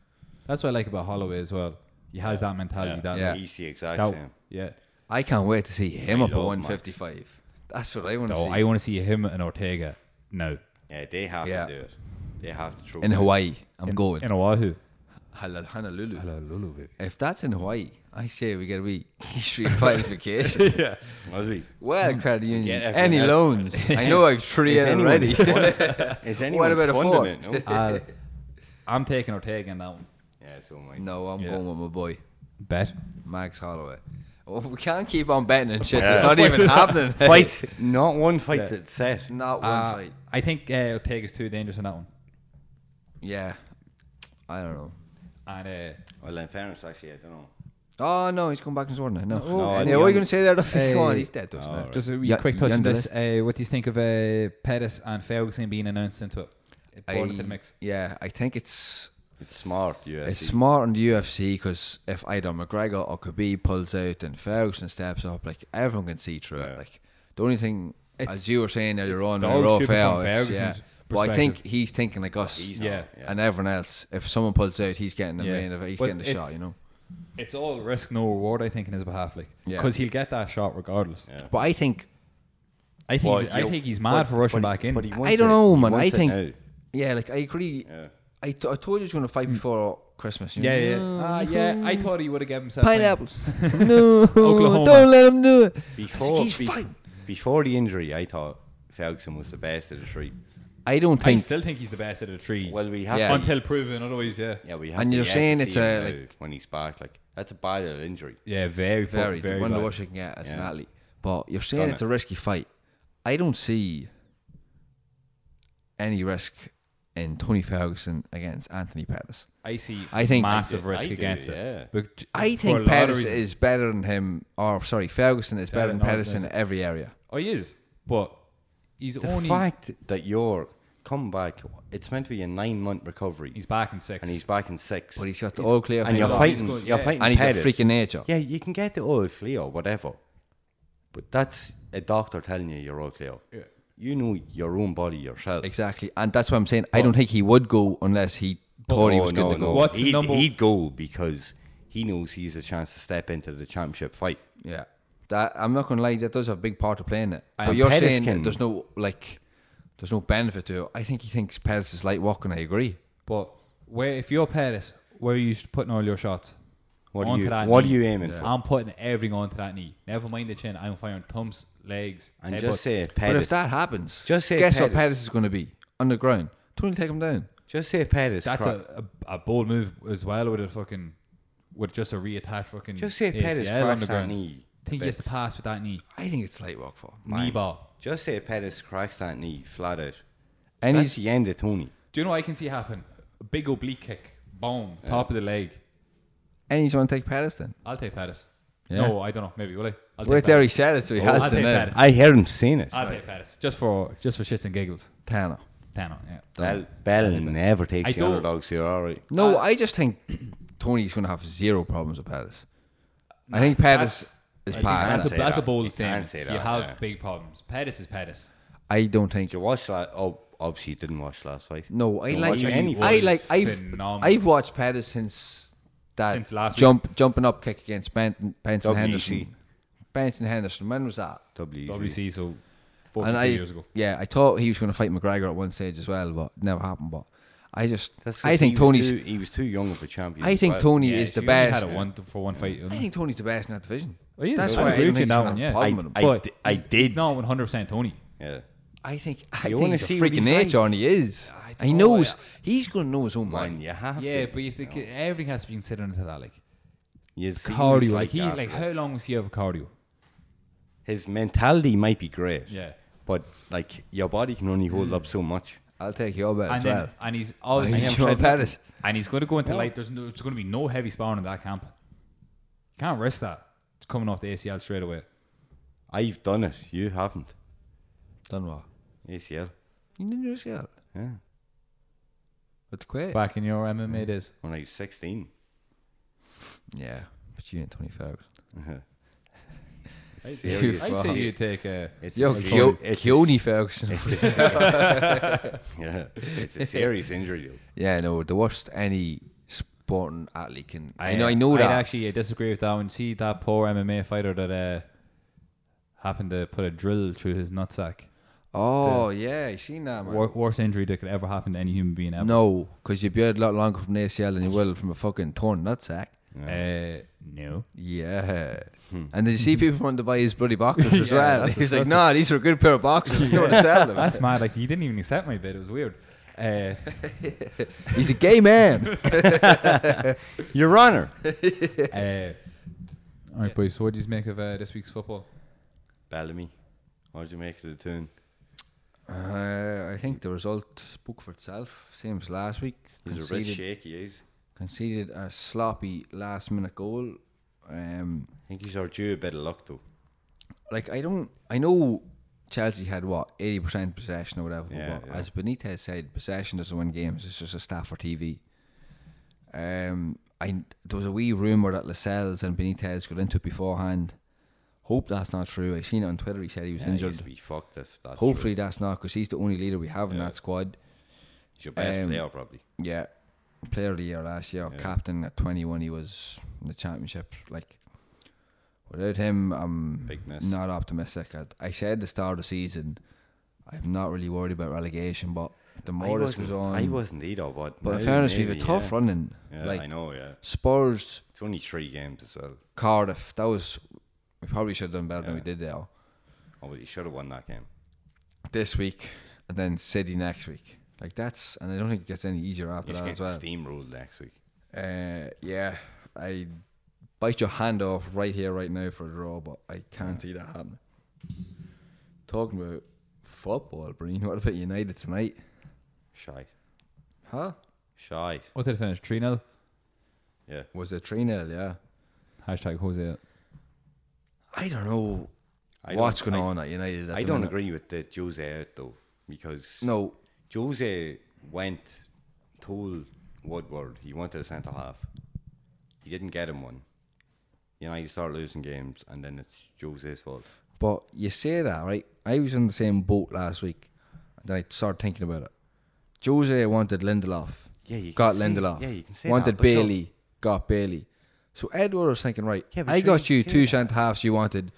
Speaker 5: That's what I like about Holloway as well. He has that mentality. That
Speaker 6: Yeah.
Speaker 5: like,
Speaker 7: Easy, exact
Speaker 5: that-
Speaker 7: same.
Speaker 5: yeah.
Speaker 6: I can't wait to see him
Speaker 7: I
Speaker 6: up at
Speaker 7: love Max.
Speaker 6: 155. That's what I want to
Speaker 5: So
Speaker 6: see
Speaker 5: I want to see him and Ortega now
Speaker 7: Yeah, they have
Speaker 6: Yeah.
Speaker 7: to do it. They have to throw
Speaker 6: in
Speaker 7: it.
Speaker 6: Hawaii. I'm going
Speaker 5: in Oahu.
Speaker 6: Hala- Honolulu.
Speaker 5: Lulu, baby.
Speaker 6: If that's in Hawaii, I say we get a week *laughs* street fighters
Speaker 5: *laughs*
Speaker 6: vacation.
Speaker 5: yeah.
Speaker 6: Well, credit union,
Speaker 7: get
Speaker 6: any
Speaker 7: everyone
Speaker 6: loans?
Speaker 5: *laughs*
Speaker 6: I know I've three
Speaker 7: Is
Speaker 6: in
Speaker 7: anyone
Speaker 6: already.
Speaker 7: *laughs* Is anyone
Speaker 6: about a
Speaker 7: funding
Speaker 6: four?
Speaker 7: it? *laughs* No?
Speaker 5: I'll, I'm taking Ortega in that one. Uh,
Speaker 7: yeah, so my
Speaker 6: no, I'm
Speaker 5: Yeah.
Speaker 6: going with my boy
Speaker 5: Bet.
Speaker 6: Max Holloway. Well, we can't keep on betting and shit. It's
Speaker 7: Yeah.
Speaker 6: not
Speaker 5: *laughs*
Speaker 6: even happening.
Speaker 7: fight. Not one fight that's set.
Speaker 6: Not one
Speaker 5: Uh,
Speaker 6: fight.
Speaker 5: I think uh, Ortega's too dangerous in that one.
Speaker 6: Yeah, I don't know.
Speaker 5: And uh,
Speaker 7: Well, in fairness, actually, I don't know.
Speaker 6: Oh no, he's come back and sworn now. No,
Speaker 5: No,
Speaker 6: yeah,
Speaker 7: I
Speaker 6: what
Speaker 7: think
Speaker 6: are you
Speaker 7: I'm-
Speaker 6: going to say there? *laughs* Duffy? Come on,
Speaker 5: Oh, Hey.
Speaker 6: he's dead, doesn't he?
Speaker 5: just a wee
Speaker 6: Yeah,
Speaker 5: quick touch on
Speaker 6: Yonder
Speaker 5: this. Uh, what do you think of uh, Pettis and Ferguson being announced into it? It brought into the mix.
Speaker 6: yeah, I think it's
Speaker 7: It's smart, yeah.
Speaker 6: It's smart on the UFC because if either McGregor or Khabib pulls out and Ferguson steps up, like everyone can see through it.
Speaker 7: Yeah.
Speaker 6: Like the only thing,
Speaker 5: It's-
Speaker 6: as you were saying earlier
Speaker 5: it's
Speaker 6: on,
Speaker 5: dog
Speaker 6: raw
Speaker 5: shit from
Speaker 6: fail, it's- yeah.
Speaker 5: Ferguson's
Speaker 6: But I
Speaker 5: perspective.
Speaker 6: think he's thinking like us
Speaker 7: He's
Speaker 5: Yeah.
Speaker 7: not, yeah.
Speaker 6: and everyone else. If someone pulls out, he's getting the
Speaker 5: Yeah.
Speaker 6: main event. He's
Speaker 5: But
Speaker 6: getting the shot,
Speaker 5: it's-
Speaker 6: you know.
Speaker 5: It's all risk, no reward. I think in his behalf, like
Speaker 6: Yeah.
Speaker 5: because he'll get that shot regardless.
Speaker 7: Yeah.
Speaker 6: But I think
Speaker 5: I think
Speaker 7: Well,
Speaker 5: he's, I
Speaker 7: you-
Speaker 5: think he's mad for rushing
Speaker 7: but-
Speaker 5: back in.
Speaker 7: but he wants
Speaker 6: I don't
Speaker 7: it.
Speaker 6: know,
Speaker 7: He
Speaker 6: man. I
Speaker 7: wants it
Speaker 6: think
Speaker 7: now.
Speaker 6: yeah, like I agree.
Speaker 7: Yeah.
Speaker 6: I, t- I told you he was going to fight before Christmas. You
Speaker 5: Hmm. yeah,
Speaker 6: know?
Speaker 5: yeah, Ah, yeah. I thought he would have given himself time. *laughs*
Speaker 6: pineapples. no,
Speaker 5: Oklahoma.
Speaker 6: Oh, don't let him do it.
Speaker 7: Before,
Speaker 6: he's
Speaker 7: be-
Speaker 6: fine.
Speaker 7: before the injury, I thought Ferguson was the best of the three.
Speaker 6: I don't
Speaker 5: I
Speaker 6: think
Speaker 5: still think he's the best out of the three.
Speaker 7: Well, we have
Speaker 6: Yeah.
Speaker 7: to.
Speaker 5: until proven otherwise, yeah.
Speaker 7: yeah, we have
Speaker 6: And
Speaker 7: to
Speaker 6: you're
Speaker 7: yet to
Speaker 6: saying
Speaker 7: see
Speaker 6: it's
Speaker 7: him
Speaker 6: a,
Speaker 7: now
Speaker 6: like-
Speaker 7: when he's back. Like that's a bad little injury.
Speaker 5: Yeah,
Speaker 6: very,
Speaker 5: very, very,
Speaker 6: very
Speaker 5: very
Speaker 6: one of the
Speaker 5: bad.
Speaker 6: worst you can get as an
Speaker 7: Yeah.
Speaker 6: athlete. But you're saying
Speaker 7: Done
Speaker 6: it's
Speaker 7: it.
Speaker 6: a risky fight. I don't see any risk in Tony Ferguson against Anthony Pettis.
Speaker 5: I see.
Speaker 6: I think-
Speaker 5: massive
Speaker 7: I
Speaker 5: risk
Speaker 7: do,
Speaker 5: against
Speaker 7: yeah.
Speaker 5: it. But j-
Speaker 6: I
Speaker 5: for a
Speaker 6: think
Speaker 5: lot of
Speaker 6: Pettis
Speaker 5: reasons.
Speaker 6: is better than him, or sorry, Ferguson is better
Speaker 5: Better
Speaker 6: than
Speaker 5: than all
Speaker 6: Pettis in
Speaker 5: those.
Speaker 6: every area.
Speaker 5: Oh, he is. But he's
Speaker 7: The
Speaker 5: only
Speaker 7: fact that you're come back, it's meant to be a nine month recovery,
Speaker 5: he's back in six.
Speaker 7: and he's back in six.
Speaker 6: But he's got the all clear,
Speaker 7: and you're
Speaker 6: finger.
Speaker 5: fight-
Speaker 7: fighting,
Speaker 5: He's good,
Speaker 7: you're
Speaker 5: yeah.
Speaker 7: fighting,
Speaker 6: and he's a
Speaker 7: Pettis.
Speaker 6: freaking nature.
Speaker 7: Yeah, you can get the all clear, whatever. But that's a doctor telling you you're all clear. Yeah. You know your own body yourself.
Speaker 6: Exactly, and that's what I'm saying. I don't think he would go unless he thought he was
Speaker 7: Oh, no,
Speaker 6: going to
Speaker 7: no.
Speaker 6: go.
Speaker 5: What's the
Speaker 7: he'd,
Speaker 5: number-
Speaker 7: he'd go because he knows he's a chance to step into the championship fight.
Speaker 6: Yeah, that I'm not gonna lie, that does have a big part to play in it. but
Speaker 7: And
Speaker 6: you're
Speaker 7: Pettis
Speaker 6: saying that
Speaker 7: can-
Speaker 6: there's no like, there's no benefit to it. I think he thinks Pettis is light walking. I agree.
Speaker 5: But where if you're Pettis, where are you sh- putting all your shots?
Speaker 7: What are
Speaker 5: Onto
Speaker 7: you-
Speaker 5: that
Speaker 7: what
Speaker 5: knee.
Speaker 7: are you aiming for?
Speaker 5: I'm putting everything onto that knee. Never mind the chin. I'm firing thumbs, legs,
Speaker 7: And
Speaker 5: headbutts.
Speaker 7: just say
Speaker 6: But if
Speaker 7: Pettis.
Speaker 6: that happens,
Speaker 7: Just say
Speaker 6: guess what
Speaker 7: Pettis.
Speaker 6: Pettis is going to be on the ground. Tony take him down.
Speaker 7: just say Pettis.
Speaker 5: that's
Speaker 7: crack-
Speaker 5: a, a, a bold move as well with a fucking with just a reattached fucking.
Speaker 7: Just say Pettis
Speaker 5: ACL on
Speaker 7: cracks
Speaker 5: the
Speaker 7: that
Speaker 5: ground.
Speaker 7: knee.
Speaker 5: Think he has to pass with that knee.
Speaker 6: I think it's light walk for. him.
Speaker 5: Knee ball.
Speaker 7: Just say Pettis cracks that knee flat out.
Speaker 6: And
Speaker 7: That's
Speaker 6: he's
Speaker 7: the end of Tony.
Speaker 5: Do you know what I can see happen? A big oblique kick, boom, top of the leg.
Speaker 6: and he's going to take Pettis then.
Speaker 5: I'll take Pettis.
Speaker 6: Yeah.
Speaker 5: No, I don't know. Maybe will I? I'll take
Speaker 6: Right there, he
Speaker 5: Pettis.
Speaker 6: said it, so he
Speaker 5: Oh, I'll
Speaker 6: has to
Speaker 5: take
Speaker 6: know.
Speaker 5: Pettis.
Speaker 7: I haven't seen it.
Speaker 5: I'll take Pettis just for just for shits and giggles.
Speaker 6: Tanner.
Speaker 5: Tanner, yeah.
Speaker 7: Bell, Bell never takes
Speaker 5: I
Speaker 7: the
Speaker 5: don't-
Speaker 7: underdogs here, all right.
Speaker 5: Uh,
Speaker 6: No, I just think *clears throat* Tony's going to have zero problems with Pettis. I think Pettis is
Speaker 5: I think That's,
Speaker 6: past.
Speaker 5: a,
Speaker 6: that.
Speaker 7: say
Speaker 5: that's a
Speaker 7: that.
Speaker 5: bold
Speaker 7: You
Speaker 5: statement.
Speaker 7: can't say
Speaker 5: you
Speaker 7: that,
Speaker 5: have
Speaker 7: yeah.
Speaker 5: big problems. Pettis is Pettis.
Speaker 6: I don't think.
Speaker 7: Did you watch that? Oh, obviously you didn't watch last fight.
Speaker 6: No, I
Speaker 7: Don't
Speaker 6: like.
Speaker 7: watch
Speaker 6: I,
Speaker 7: any
Speaker 6: I
Speaker 7: fight.
Speaker 6: like. I've
Speaker 5: Phenomenal.
Speaker 6: I've watched Pettis since that
Speaker 5: Since last week. E
Speaker 6: jump jumping up kick against Benton, Benson
Speaker 7: WEC.
Speaker 6: Henderson. Benson Henderson. When was that?
Speaker 7: WEC.
Speaker 5: WC, so four
Speaker 6: And I,
Speaker 5: years ago.
Speaker 6: yeah, I thought he was going to fight McGregor at one stage as well, but it never happened. But I just,
Speaker 7: That's 'cause
Speaker 6: I think
Speaker 7: he was
Speaker 6: Tony's,
Speaker 7: Too, he was too young of a champion.
Speaker 6: I
Speaker 7: as
Speaker 6: think
Speaker 7: well.
Speaker 6: Tony
Speaker 5: Yeah,
Speaker 6: is the
Speaker 5: she only
Speaker 6: best.
Speaker 5: Had a one to, for one fight.
Speaker 6: I think Tony's the best in that division.
Speaker 5: He is.
Speaker 6: That's
Speaker 5: I
Speaker 6: why
Speaker 5: agree
Speaker 6: I don't
Speaker 5: with you
Speaker 6: think
Speaker 5: now,
Speaker 6: you have a
Speaker 5: yeah.
Speaker 6: problem with him.
Speaker 7: I-
Speaker 5: but
Speaker 7: I
Speaker 5: he's-
Speaker 7: did.
Speaker 5: He's not 100 percent Tony.
Speaker 7: Yeah.
Speaker 6: I think I
Speaker 7: You
Speaker 6: think
Speaker 7: wanna
Speaker 6: he's
Speaker 7: see
Speaker 6: a
Speaker 7: what
Speaker 6: freaking
Speaker 7: he's
Speaker 6: age
Speaker 7: like?
Speaker 6: on he is.
Speaker 7: I
Speaker 6: he
Speaker 7: know,
Speaker 6: knows
Speaker 7: yeah.
Speaker 6: he's gonna know his own
Speaker 7: Man,
Speaker 6: mind.
Speaker 7: you have
Speaker 5: Yeah,
Speaker 7: to.
Speaker 5: but if they, c everything has to be considered into that, like
Speaker 7: You see what
Speaker 5: cardio,
Speaker 7: he's
Speaker 5: like he, like how
Speaker 7: afterwards.
Speaker 5: long was he over cardio?
Speaker 7: His mentality might be great.
Speaker 5: Yeah.
Speaker 7: But like your body can only hold up so much.
Speaker 6: I'll take your bet
Speaker 5: And
Speaker 6: as
Speaker 5: then,
Speaker 6: well.
Speaker 5: and he's
Speaker 6: *laughs* I
Speaker 5: obviously
Speaker 6: am
Speaker 5: shredded.
Speaker 6: Sean Pettis.
Speaker 5: and he's going to go into light. There's, no, there's going to be no heavy sparring in that camp. Can't risk that. It's coming off the ACL straight away.
Speaker 7: I've done it. You haven't.
Speaker 6: Done what?
Speaker 7: ACL.
Speaker 6: You didn't just yet.
Speaker 7: Yeah.
Speaker 6: But quit.
Speaker 5: Back in your MMA days,
Speaker 7: When I was 16.
Speaker 6: Yeah, but you ain't Tony Ferguson.
Speaker 7: Serious.
Speaker 5: I'd say you take a
Speaker 7: It's
Speaker 6: Yo,
Speaker 7: a serious-
Speaker 6: Keo-
Speaker 7: it's a-
Speaker 6: Keone Ferguson.
Speaker 7: Yeah. It's a serious injury. Though.
Speaker 6: *laughs* yeah, no, the worst any sporting athlete can. I,
Speaker 5: I
Speaker 6: know, I know that.
Speaker 5: I'd actually uh, disagree with that one. See that poor MMA fighter that uh, happened to put a drill through his nutsack.
Speaker 6: oh yeah, I seen that man.
Speaker 5: Wor- worst injury that could ever happen to any human being ever.
Speaker 6: No, because you'd be out a lot longer from an ACL than you will from a fucking torn nutsack.
Speaker 5: Uh, no.
Speaker 6: Yeah. And did you see people wanting to buy his bloody *laughs* boxers as
Speaker 5: Yeah,
Speaker 6: well?
Speaker 5: that's
Speaker 6: He's like,
Speaker 5: disgusting.
Speaker 6: nah, these are a good pair of boxers. You *laughs* want to sell them.
Speaker 5: That's mad. Like he didn't even accept my bid. It was weird. Uh,
Speaker 6: He's a gay man.
Speaker 7: Your Honor.
Speaker 5: uh, all right, boys. So what do you make of uh, this week's football?
Speaker 7: Bellamy. How'd you make it a turn?
Speaker 6: *laughs* uh, I think the result spoke for itself. Same as last week.
Speaker 7: He's a bit shaky, is.
Speaker 6: conceded a sloppy last minute goal. Um,
Speaker 7: I think he's our due a bit of luck though.
Speaker 6: like I don't, I know Chelsea had what eighty percent possession or whatever.
Speaker 7: Yeah,
Speaker 6: but
Speaker 7: yeah.
Speaker 6: as Benitez said, possession doesn't win games. It's just a stat for TV. Um, I there was a wee rumor that Lascelles and Benitez got into it beforehand. Hope that's not true. I seen it on Twitter. He said he was
Speaker 7: Yeah,
Speaker 6: injured.
Speaker 7: he's be fucked if that's true.
Speaker 6: Hopefully that's not because he's the only leader we have in that squad.
Speaker 7: He's your best
Speaker 6: um,
Speaker 7: player probably.
Speaker 6: Yeah, player of the year last year, captain at 21. He was in the championship. Like without him, I'm
Speaker 7: Big miss.
Speaker 6: not optimistic. I, I said at the start of the season, I'm not really worried about relegation, but the more this was on,
Speaker 7: I wasn't either, but
Speaker 6: but in
Speaker 7: now
Speaker 6: fairness, we've a
Speaker 7: maybe,
Speaker 6: tough
Speaker 7: yeah.
Speaker 6: running.
Speaker 7: Yeah,
Speaker 6: like
Speaker 7: I know, yeah.
Speaker 6: Spurs,
Speaker 7: It's only three games as well.
Speaker 6: Cardiff. That was we probably should have done better than we did there
Speaker 7: Oh, but you should have won that game.
Speaker 6: this week, and then City next week. Like that's, and I don't think it gets any easier after
Speaker 7: You
Speaker 6: that
Speaker 7: should
Speaker 6: as
Speaker 7: get
Speaker 6: well.
Speaker 7: steamrolled next week.
Speaker 6: Uh, yeah, I bite your hand off right here, right now for a draw, but I can't see that happening. Talking about football, Breen. What about United tonight?
Speaker 7: Shy.
Speaker 6: Huh?
Speaker 7: Shy.
Speaker 5: What did it finish? Three 0
Speaker 7: Yeah.
Speaker 6: Was it three 0 Yeah.
Speaker 5: Hashtag Jose.
Speaker 6: I don't know
Speaker 7: I
Speaker 6: what's
Speaker 7: don't-
Speaker 6: going
Speaker 7: I-
Speaker 6: on at United. At
Speaker 7: I
Speaker 6: the
Speaker 7: don't
Speaker 6: minute.
Speaker 7: agree with the Jose out though, because
Speaker 6: No,
Speaker 7: Jose went told Woodward he wanted a centre half. He didn't get him one. You know, you start losing games, and then it's Jose's fault.
Speaker 6: But you say that, right? I was in the same boat last week, and then I started thinking about it. Jose wanted Lindelof.
Speaker 7: Yeah, you can
Speaker 6: got
Speaker 7: say-
Speaker 6: Lindelof.
Speaker 7: yeah, you can say
Speaker 6: Wanted
Speaker 7: that, but so-
Speaker 6: Bailey. Got Bailey. So Edward was thinking, right?
Speaker 7: Yeah, but
Speaker 6: I
Speaker 7: sure you
Speaker 6: got
Speaker 7: can
Speaker 6: you
Speaker 7: say
Speaker 6: two
Speaker 7: that.
Speaker 6: centre halves you wanted.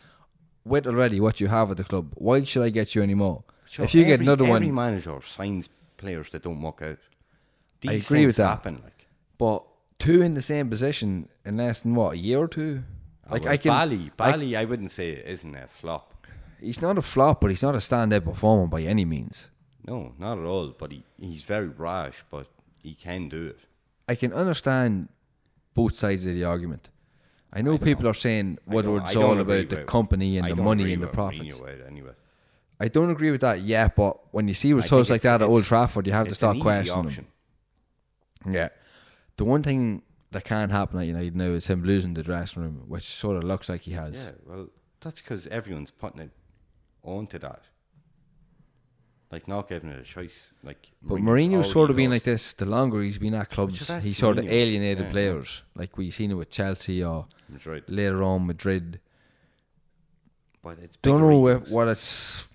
Speaker 6: With already what you have at the club, why should I get you any more?
Speaker 7: Sure,
Speaker 6: if you get
Speaker 7: every-
Speaker 6: another
Speaker 7: every
Speaker 6: one,
Speaker 7: manager signs players that don't work out. These
Speaker 6: agree with
Speaker 7: things
Speaker 6: that.
Speaker 7: Happen, like
Speaker 6: but two in the same position in less than what a year or two. Like
Speaker 7: well,
Speaker 6: I can.
Speaker 7: Bally,
Speaker 6: I-
Speaker 7: Bally, I wouldn't say isn't a flop.
Speaker 6: he's not a flop, but he's not a standout performer by any means.
Speaker 7: No, not at all. But he, he's very rash, but he can do it.
Speaker 6: I can understand both sides of the argument. I know people are saying
Speaker 7: I don't- I
Speaker 6: Woodward's
Speaker 7: don't
Speaker 6: all
Speaker 7: agree
Speaker 6: about the
Speaker 7: with-
Speaker 6: company and
Speaker 7: I
Speaker 6: the
Speaker 7: don't
Speaker 6: money
Speaker 7: agree
Speaker 6: and the
Speaker 7: with
Speaker 6: profits.
Speaker 7: Mourinho out anyway.
Speaker 6: I don't agree with that yet, but when you see
Speaker 7: I
Speaker 6: results like
Speaker 7: think it's-
Speaker 6: that at Old
Speaker 7: it's-
Speaker 6: Trafford, you have to
Speaker 7: it's an
Speaker 6: start
Speaker 7: easy
Speaker 6: questioning
Speaker 7: option.
Speaker 6: them. Yeah. The one thing that can happen at United now is him losing the dressing room, which sort of looks like he has.
Speaker 7: Yeah, well, that's because everyone's putting it onto that. Like not giving it a choice. Like,
Speaker 6: But
Speaker 7: Mourinho's
Speaker 6: Mourinho's sort of
Speaker 7: already
Speaker 6: been
Speaker 7: lost.
Speaker 6: like this the longer he's been at clubs,
Speaker 7: that's
Speaker 6: he sort of
Speaker 7: Mourinho.
Speaker 6: alienated
Speaker 7: Yeah.
Speaker 6: players. Like we seen it with Chelsea or
Speaker 7: Madrid.
Speaker 6: later on Madrid.
Speaker 7: But it's
Speaker 6: don't
Speaker 7: bigger
Speaker 6: know if,
Speaker 7: egos.
Speaker 6: what it's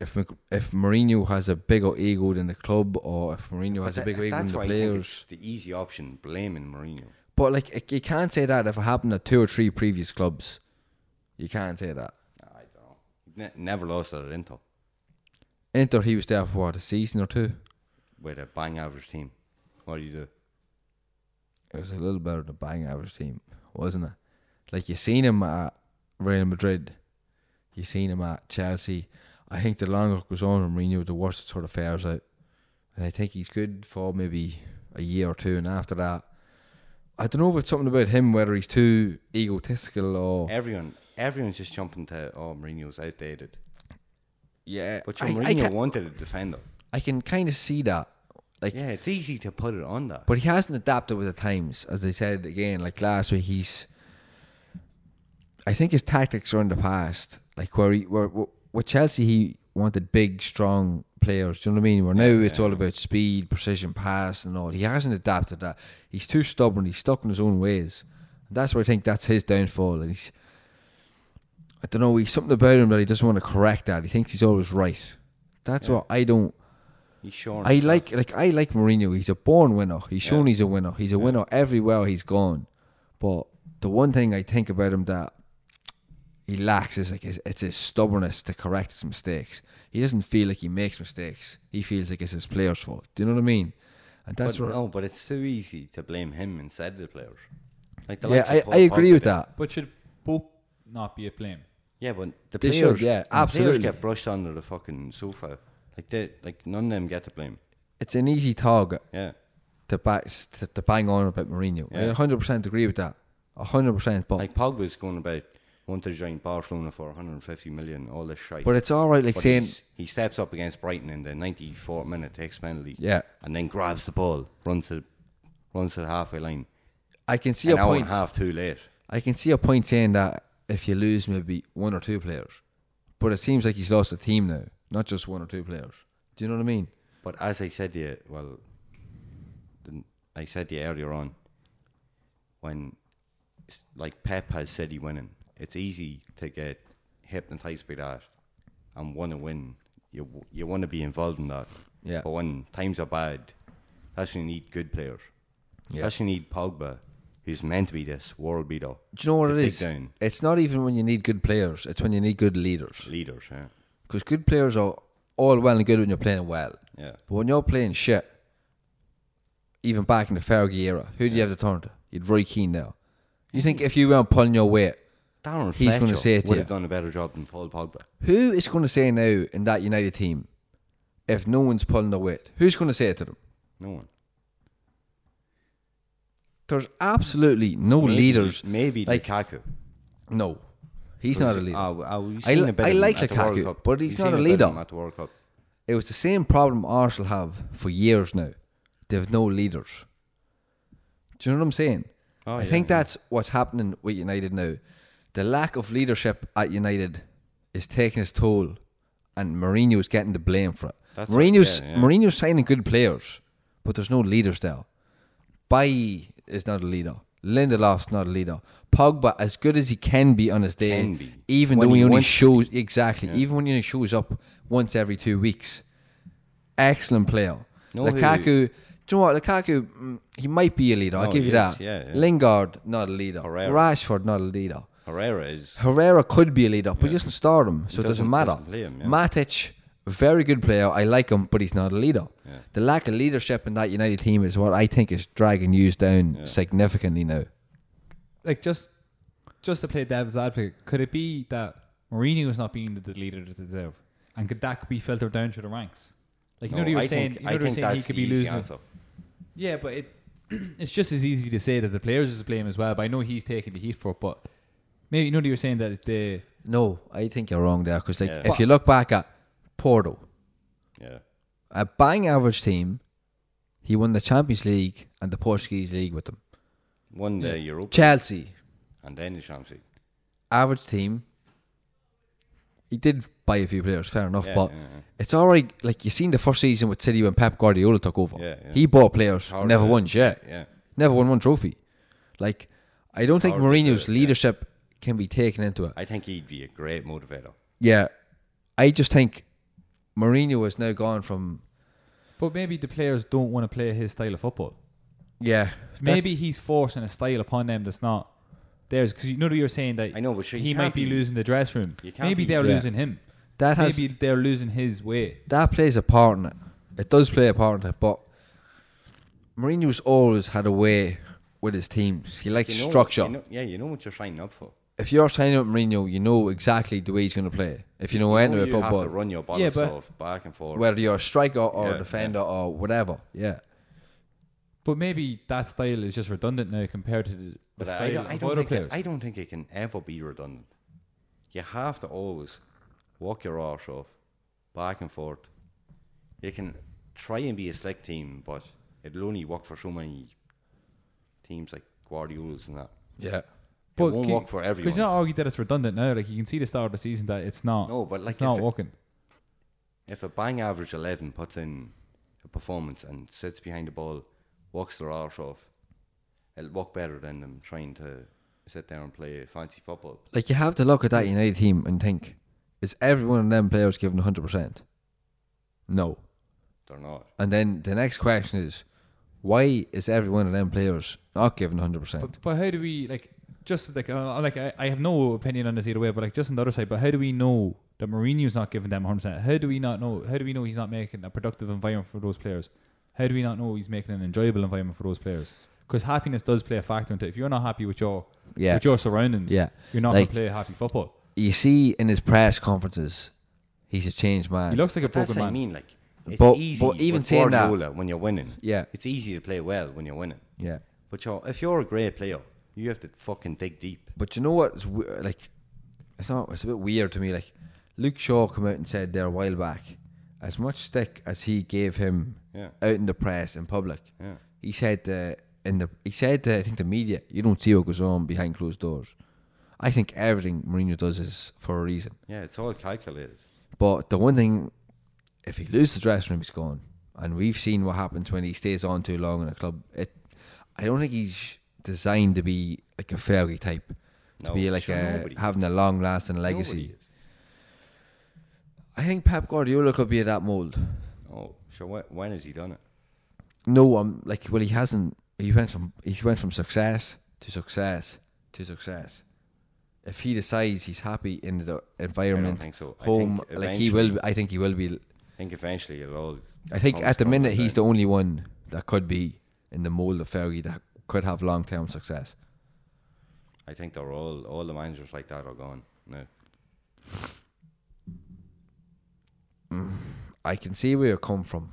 Speaker 6: if Mc- if Mourinho has a bigger ego than the club or if Mourinho
Speaker 7: But
Speaker 6: has a
Speaker 7: tha-
Speaker 6: bigger ego
Speaker 7: that's
Speaker 6: than the
Speaker 7: why I think it's
Speaker 6: players.
Speaker 7: the easy option, blaming Mourinho.
Speaker 6: But like it, you can't say that if it happened at two or three previous clubs, you can't say that.
Speaker 7: I don't know. Ne- never lost at Inter
Speaker 6: Inter, he was there for what a season or two.
Speaker 7: with a bang average team. What do you do?
Speaker 6: It was a little better than a bang average team, wasn't it? Like you seen him at Real Madrid, you seen him at Chelsea. I think the longer it goes on, and Mourinho, the worse it sort of fares out. And I think he's good for maybe a year or two, and after that, I don't know if it's something about him whether he's too egotistical or
Speaker 7: Everyone, everyone's just jumping to oh Mourinho's outdated.
Speaker 6: yeah.
Speaker 7: But your
Speaker 6: I- I
Speaker 7: Mourinho
Speaker 6: ca-
Speaker 7: wanted a defender.
Speaker 6: I can kind of see that. Like,
Speaker 7: Yeah, it's easy to put it on that.
Speaker 6: but he hasn't adapted with the times, as they said again. Like last week, he's. I think his tactics are in the past. Like where he, where, where with Chelsea, he wanted big, strong players. Do you know what I mean? Where now it's all about speed, precision, pass, and all. He hasn't adapted that. He's too stubborn. He's stuck in his own ways. And that's where I think that's his downfall. And he's. I don't know. He's something about him that he doesn't want to correct. That he thinks he's always right. That's what I don't.
Speaker 7: He's sure.
Speaker 6: I like like I like Mourinho. He's a born winner. He's shown he's a winner. He's a winner everywhere he's gone. But the one thing I think about him that he lacks is like his, it's his stubbornness to correct his mistakes. He doesn't feel like he makes mistakes. He feels like it's his players' fault. Do you know what I mean? And that's
Speaker 7: But
Speaker 6: where
Speaker 7: no, but it's too easy to blame him instead of the players. Like the
Speaker 6: yeah,
Speaker 7: likes of
Speaker 6: I,
Speaker 7: Paul
Speaker 6: I agree
Speaker 7: Pogba
Speaker 6: with
Speaker 7: did.
Speaker 6: that.
Speaker 5: But should Pope not be a blame?
Speaker 7: Yeah, but the
Speaker 6: They
Speaker 7: players,
Speaker 6: should, yeah,
Speaker 7: the players
Speaker 6: absolutely.
Speaker 7: get brushed under the fucking sofa. Like they, like none of them get to blame.
Speaker 6: It's an easy target
Speaker 7: Yeah,
Speaker 6: to, back, to, to bang on about Mourinho.
Speaker 7: Yeah.
Speaker 6: I 100% agree with that. 100%. But
Speaker 7: like Pogba's going about wanting to join Barcelona for 150 million, all this shit.
Speaker 6: but it's all right. Like saying
Speaker 7: he steps up against Brighton in the 94th minute, takes penalty.
Speaker 6: Yeah.
Speaker 7: and then grabs the ball, runs to, runs to the halfway line.
Speaker 6: I can see
Speaker 7: An
Speaker 6: a
Speaker 7: hour
Speaker 6: point.
Speaker 7: and a half too late.
Speaker 6: I can see a point saying that if you lose maybe one or two players, but it seems like he's lost a team now, not just one or two players. Do you know what I mean?
Speaker 7: But as I said to you, well, didn't- I said to you earlier on, when s- like Pep has City winning, it's easy to get hypnotized by that and want to win. You w- you want to be involved in that.
Speaker 6: Yeah.
Speaker 7: But when times are bad, that's when you need good players.
Speaker 6: Yeah.
Speaker 7: That's when you need Pogba, who's meant to be this world beater.
Speaker 6: Do you know what
Speaker 7: To
Speaker 6: it
Speaker 7: dig
Speaker 6: is?
Speaker 7: down.
Speaker 6: It's not even when you need good players; it's when you need good leaders.
Speaker 7: Leaders, yeah.
Speaker 6: Because good players are all well and good when you're playing well.
Speaker 7: Yeah.
Speaker 6: But when you're playing shit, even back in the Fergie era, who do you have to turn to? You'd Roy Keane now. You think
Speaker 7: Mm.
Speaker 6: if you weren't pulling your weight,
Speaker 7: Darren
Speaker 6: He's
Speaker 7: Fletcher
Speaker 6: gonna say it to
Speaker 7: would
Speaker 6: you.
Speaker 7: have done a better job than Paul Pogba.
Speaker 6: who is going to say now in that United team, if no one's pulling their weight, who's going to say it to them?
Speaker 7: No one.
Speaker 6: There's absolutely no
Speaker 7: Maybe-
Speaker 6: leaders.
Speaker 7: Maybe
Speaker 6: like
Speaker 7: Lukaku.
Speaker 6: no, he's
Speaker 7: Was
Speaker 6: not a
Speaker 7: he-
Speaker 6: leader.
Speaker 7: Oh, oh, we've
Speaker 6: I
Speaker 7: seen
Speaker 6: li-
Speaker 7: a bit
Speaker 6: I
Speaker 7: of him
Speaker 6: like
Speaker 7: at the World
Speaker 6: Lukaku,
Speaker 7: Cup.
Speaker 6: but he's
Speaker 7: We've
Speaker 6: not
Speaker 7: seen
Speaker 6: a
Speaker 7: bit of
Speaker 6: leader.
Speaker 7: him at the World Cup.
Speaker 6: it was the same problem Arsenal have for years now. They have no leaders. Do you know what I'm saying?
Speaker 7: Oh,
Speaker 6: I
Speaker 7: yeah,
Speaker 6: think
Speaker 7: yeah.
Speaker 6: that's what's happening with United now. The lack of leadership at United is taking its toll, and Mourinho's getting the blame for it.
Speaker 7: That's what-
Speaker 6: Mourinho's
Speaker 7: yeah, yeah.
Speaker 6: Mourinho's signing good players, but there's no leaders there. Bai is not a leader. Lindelof's not a leader. Pogba, as good as he can be on his day,
Speaker 7: Can be.
Speaker 6: even
Speaker 7: When
Speaker 6: though he,
Speaker 7: he
Speaker 6: only
Speaker 7: wants to
Speaker 6: shows exactly, even when he only shows up once every two weeks, excellent player.
Speaker 7: No,
Speaker 6: Lukaku,
Speaker 7: he-
Speaker 6: do you know what? Lukaku, mm, he might be a leader. I'll
Speaker 7: No,
Speaker 6: give
Speaker 7: he
Speaker 6: you
Speaker 7: is,
Speaker 6: that.
Speaker 7: yeah, yeah.
Speaker 6: Lingard, not a leader.
Speaker 7: Herrera.
Speaker 6: Rashford, not a leader.
Speaker 7: Herrera is.
Speaker 6: Herrera could be a leader, but he doesn't start him, so it doesn't
Speaker 7: doesn't-
Speaker 6: matter.
Speaker 7: doesn't play him, yeah.
Speaker 6: Matic, very good player. I like him, but he's not a leader. The lack of leadership in that United team is what I think is dragging yous down significantly now.
Speaker 5: Like just just to play devil's advocate, could it be that Mourinho is not being the, the leader that they deserve, and could that be filtered down through the ranks? Like you know,
Speaker 7: No,
Speaker 5: what he was
Speaker 7: I
Speaker 5: saying,
Speaker 7: think,
Speaker 5: you know,
Speaker 7: I
Speaker 5: what he was
Speaker 7: think
Speaker 5: saying
Speaker 7: that's
Speaker 5: he could
Speaker 7: the
Speaker 5: be
Speaker 7: easy
Speaker 5: losing.
Speaker 7: answer.
Speaker 5: Yeah, but it *clears throat* it's just as easy to say that the players is to blame as well. But I know he's taking the heat for it. But maybe you know what you were saying that the
Speaker 6: No, I think you're wrong there because like
Speaker 7: Yeah.
Speaker 6: if you look back at Porto,
Speaker 7: Yeah.
Speaker 6: a bang average team, he won the Champions League and the Portuguese league with them.
Speaker 7: One day Europa
Speaker 6: Chelsea,
Speaker 7: and then the Champions League.
Speaker 6: average team. He did buy a few players, fair enough,
Speaker 7: Yeah,
Speaker 6: but
Speaker 7: yeah, yeah.
Speaker 6: it's all right. Like you seen the first season with City when Pep Guardiola took over,
Speaker 7: Yeah, yeah.
Speaker 6: he bought players,
Speaker 7: Hard
Speaker 6: never
Speaker 7: to-
Speaker 6: won shit,
Speaker 7: Yeah.
Speaker 6: never won one trophy. Like I don't think
Speaker 7: hard to do
Speaker 6: Mourinho's
Speaker 7: it, yeah.
Speaker 6: leadership can be taken into it.
Speaker 7: I think he'd be a great motivator.
Speaker 6: Yeah, I just think Mourinho has now gone from
Speaker 5: but maybe the players don't want to play his style of football.
Speaker 6: Yeah.
Speaker 5: Maybe he's forcing a style upon them that's not theirs. Because you know that you're saying that
Speaker 7: I know, but sure, you
Speaker 5: he
Speaker 7: can't
Speaker 5: might be
Speaker 7: be-
Speaker 5: losing the dress room.
Speaker 7: you can't
Speaker 5: Maybe
Speaker 7: be-
Speaker 5: they're
Speaker 6: Yeah.
Speaker 5: losing him.
Speaker 6: That has-
Speaker 5: Maybe they're losing his way.
Speaker 6: that plays a part in it. It does play a part in it, but Mourinho's always had a way with his teams. He likes
Speaker 7: You know-
Speaker 6: structure.
Speaker 7: you know- yeah, you know what you're signing up for.
Speaker 6: if you're signing up Mourinho, you know exactly the way he's going to play. If you know anything
Speaker 7: you
Speaker 6: about
Speaker 7: have to
Speaker 6: football,
Speaker 7: run your bollocks
Speaker 5: Yeah, but-
Speaker 7: off back and forth.
Speaker 6: whether you're a striker or
Speaker 7: Yeah,
Speaker 6: a defender or whatever, yeah.
Speaker 5: But maybe that style is just redundant now compared to the, the
Speaker 7: but I, I
Speaker 5: style
Speaker 7: don't, I
Speaker 5: of
Speaker 7: don't
Speaker 5: other
Speaker 7: think it,
Speaker 5: players.
Speaker 7: I don't think it can ever be redundant. You have to always walk your arse off, back and forth. You can try and be a slick team, but it'll only work for so many teams like Guardiola's and that.
Speaker 6: Yeah.
Speaker 7: it won't
Speaker 5: can-
Speaker 7: work for everyone.
Speaker 5: Could you not argue that it's redundant now? Like you can see the start of the season that it's not.
Speaker 7: No, but, like,
Speaker 5: it's not
Speaker 7: if it-
Speaker 5: working.
Speaker 7: if a bang average 11 puts in a performance and sits behind the ball, walks their arse off, it'll work better than them trying to sit there and play fancy football.
Speaker 6: Like you have to look at that United team and think, is every one of them players given 100%? No.
Speaker 7: They're not.
Speaker 6: And then the next question is, why is every one of them players not given 100%?
Speaker 5: But, but how do we like just like uh, like I, I have no opinion on this either way, but like just on the other side, but how do we know that Mourinho's not giving them 100? percent How do we not know? How do we know he's not making a productive environment for those players? How do we not know he's making an enjoyable environment for those players? Because happiness does play a factor into it. If you're not happy with your
Speaker 6: Yeah.
Speaker 5: with your surroundings,
Speaker 6: Yeah.
Speaker 5: you're not
Speaker 6: Like-
Speaker 5: gonna play happy football.
Speaker 6: you see in his press conferences, he's a changed man.
Speaker 5: He looks like a
Speaker 7: uh, That's
Speaker 5: broken
Speaker 7: what
Speaker 5: man.
Speaker 7: I mean. Like, it's
Speaker 6: But-
Speaker 7: easy.
Speaker 6: but even
Speaker 7: with
Speaker 6: saying that-
Speaker 7: Guardiola when you're winning,
Speaker 6: Yeah.
Speaker 7: it's easy to play well when you're winning.
Speaker 6: yeah.
Speaker 7: But you if you're a great player, you have to fucking dig deep.
Speaker 6: But you know what's we- like? It's not. It's a bit weird to me. Like Luke Shaw come out and said there a while back, as much stick as he gave him
Speaker 7: Yeah.
Speaker 6: out in the press in public.
Speaker 7: Yeah.
Speaker 6: He said uh, in the he said uh, I think the media you don't see what goes on behind closed doors. I think everything Mourinho does is for a reason.
Speaker 7: Yeah, it's all calculated.
Speaker 6: But the one thing, if he loses the dressing room, he's gone. And we've seen what happens when he stays on too long in a club. It, I don't think he's designed to be like a Fergie type, to
Speaker 7: No,
Speaker 6: be like
Speaker 7: sure,
Speaker 6: a,
Speaker 7: nobody
Speaker 6: having
Speaker 7: is.
Speaker 6: a long lasting
Speaker 7: Nobody
Speaker 6: legacy.
Speaker 7: is.
Speaker 6: I think Pep Guardiola could be of that mold.
Speaker 7: Oh, sure. When, when has he done it?
Speaker 6: No, I'm like well, he hasn't. He went from he went from success to success to success. If he decides he's happy in the environment,
Speaker 7: think so. I
Speaker 6: home,
Speaker 7: think
Speaker 6: like he will.
Speaker 7: eventually-
Speaker 6: I think he will be
Speaker 7: I think eventually it'll all.
Speaker 6: I think
Speaker 7: all
Speaker 6: at the
Speaker 7: come
Speaker 6: minute
Speaker 7: down.
Speaker 6: he's the only one that could be in the mold of Fergie that could have long term success.
Speaker 7: I think they're all all the managers like that are gone now.
Speaker 6: I can see where you come from,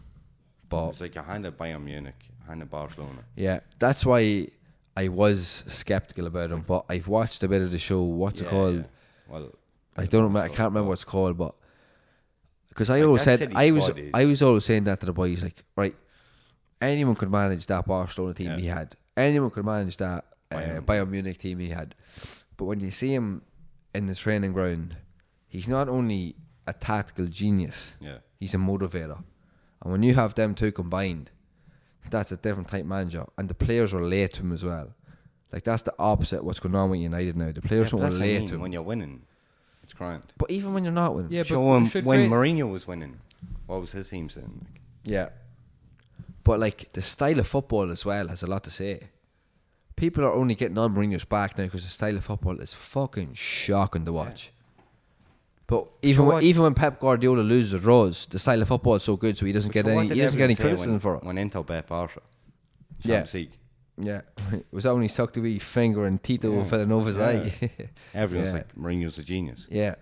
Speaker 6: but
Speaker 7: It's like a hand at Bayern Munich, a hand at Barcelona.
Speaker 6: yeah, that's why I was skeptical about him. But I've watched a bit of the show. What's
Speaker 7: Yeah,
Speaker 6: it called?
Speaker 7: yeah. Well,
Speaker 6: I don't remember. I can't remember what it's called, but because I
Speaker 7: Like,
Speaker 6: always
Speaker 7: that
Speaker 6: said
Speaker 7: City
Speaker 6: I was
Speaker 7: squad is-
Speaker 6: I was always saying that to the boys like right, anyone could manage that Barcelona team
Speaker 7: Yeah.
Speaker 6: he had. Anyone could manage that uh,
Speaker 7: Bayern.
Speaker 6: Bayern Munich team he had. But when you see him in the training ground, he's not only a tactical genius.
Speaker 7: Yeah.
Speaker 6: He's a motivator, and when you have them two combined, that's a different type manager, and the players relate to him as well. Like that's the opposite of what's going on with United now. The
Speaker 7: yeah,
Speaker 6: players
Speaker 7: but
Speaker 6: don't
Speaker 7: that's what I
Speaker 6: relate
Speaker 7: mean,
Speaker 6: to him.
Speaker 7: when you're winning, it's grand.
Speaker 6: But even when you're not winning,
Speaker 5: Yeah, but
Speaker 7: Show him
Speaker 5: should
Speaker 7: when
Speaker 5: great-
Speaker 7: Mourinho was winning. What was his team saying? Like,
Speaker 6: Yeah. But like the style of football as well has a lot to say. People are only getting on Mourinho's back now because the style of football is fucking shocking to watch. But even
Speaker 7: So
Speaker 6: when,
Speaker 7: what-
Speaker 6: even when Pep Guardiola loses or draws, the style of football is so good, so he doesn't get
Speaker 7: So what
Speaker 6: any
Speaker 7: did
Speaker 6: he doesn't get any
Speaker 7: everyone say
Speaker 6: criticism for it.
Speaker 7: When Intel bet Barca,
Speaker 6: Yeah.
Speaker 7: Champions League,
Speaker 6: yeah, *laughs* it was only sucked a wee finger and Tito yeah. Villanova's eye. *laughs*
Speaker 7: everyone's
Speaker 6: Yeah.
Speaker 7: like Mourinho's a genius.
Speaker 6: yeah,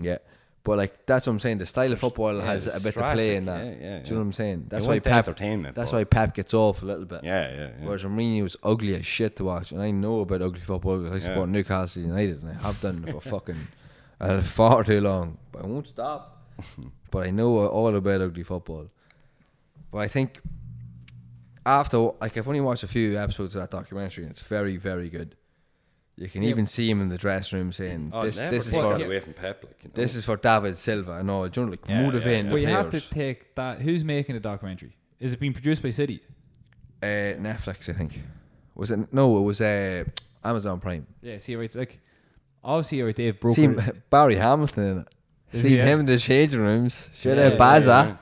Speaker 6: yeah. But like that's what I'm saying. The style of football
Speaker 7: yeah,
Speaker 6: has
Speaker 7: it's
Speaker 6: a bit to play
Speaker 7: drastic,
Speaker 6: in that.
Speaker 7: yeah, yeah,
Speaker 6: Do you know
Speaker 7: yeah.
Speaker 6: what I'm saying? That's
Speaker 7: They
Speaker 6: why
Speaker 7: want the
Speaker 6: Pep.
Speaker 7: entertainment,
Speaker 6: That's
Speaker 7: but-
Speaker 6: why Pep gets off a little bit.
Speaker 7: Yeah, yeah, yeah.
Speaker 6: Whereas Mourinho was ugly as shit to watch, and I know about ugly football because I support Newcastle United, and I have done for fucking uh, far too long. But I won't stop.
Speaker 7: *laughs*
Speaker 6: but I know all about ugly football. But I think after like I've only watched a few episodes of that documentary, and it's very, very good. You can even see him in the dressing room saying,
Speaker 7: Oh,
Speaker 6: "This,
Speaker 7: never
Speaker 6: this is
Speaker 7: take
Speaker 6: for
Speaker 7: that away from Pep. Like, you know?
Speaker 6: this is for David Silva." And all, do you know, like
Speaker 7: Yeah, yeah,
Speaker 6: motivating
Speaker 7: yeah.
Speaker 5: But
Speaker 6: the
Speaker 5: you have to
Speaker 6: players.
Speaker 5: take that. Who's making the documentary? Is it being produced by City?
Speaker 6: uh, Netflix, I think. Was it? No, it was uh, Amazon Prime.
Speaker 5: Yeah, see right like obviously right they've
Speaker 6: *laughs*
Speaker 5: broken
Speaker 6: Seen
Speaker 5: it,
Speaker 6: Barry Hamilton in
Speaker 7: *laughs*
Speaker 6: it.
Speaker 5: Is
Speaker 6: Seen
Speaker 5: he, yeah?
Speaker 6: him in the changing rooms. Shout
Speaker 5: Yeah,
Speaker 6: out
Speaker 5: yeah,
Speaker 6: Baza.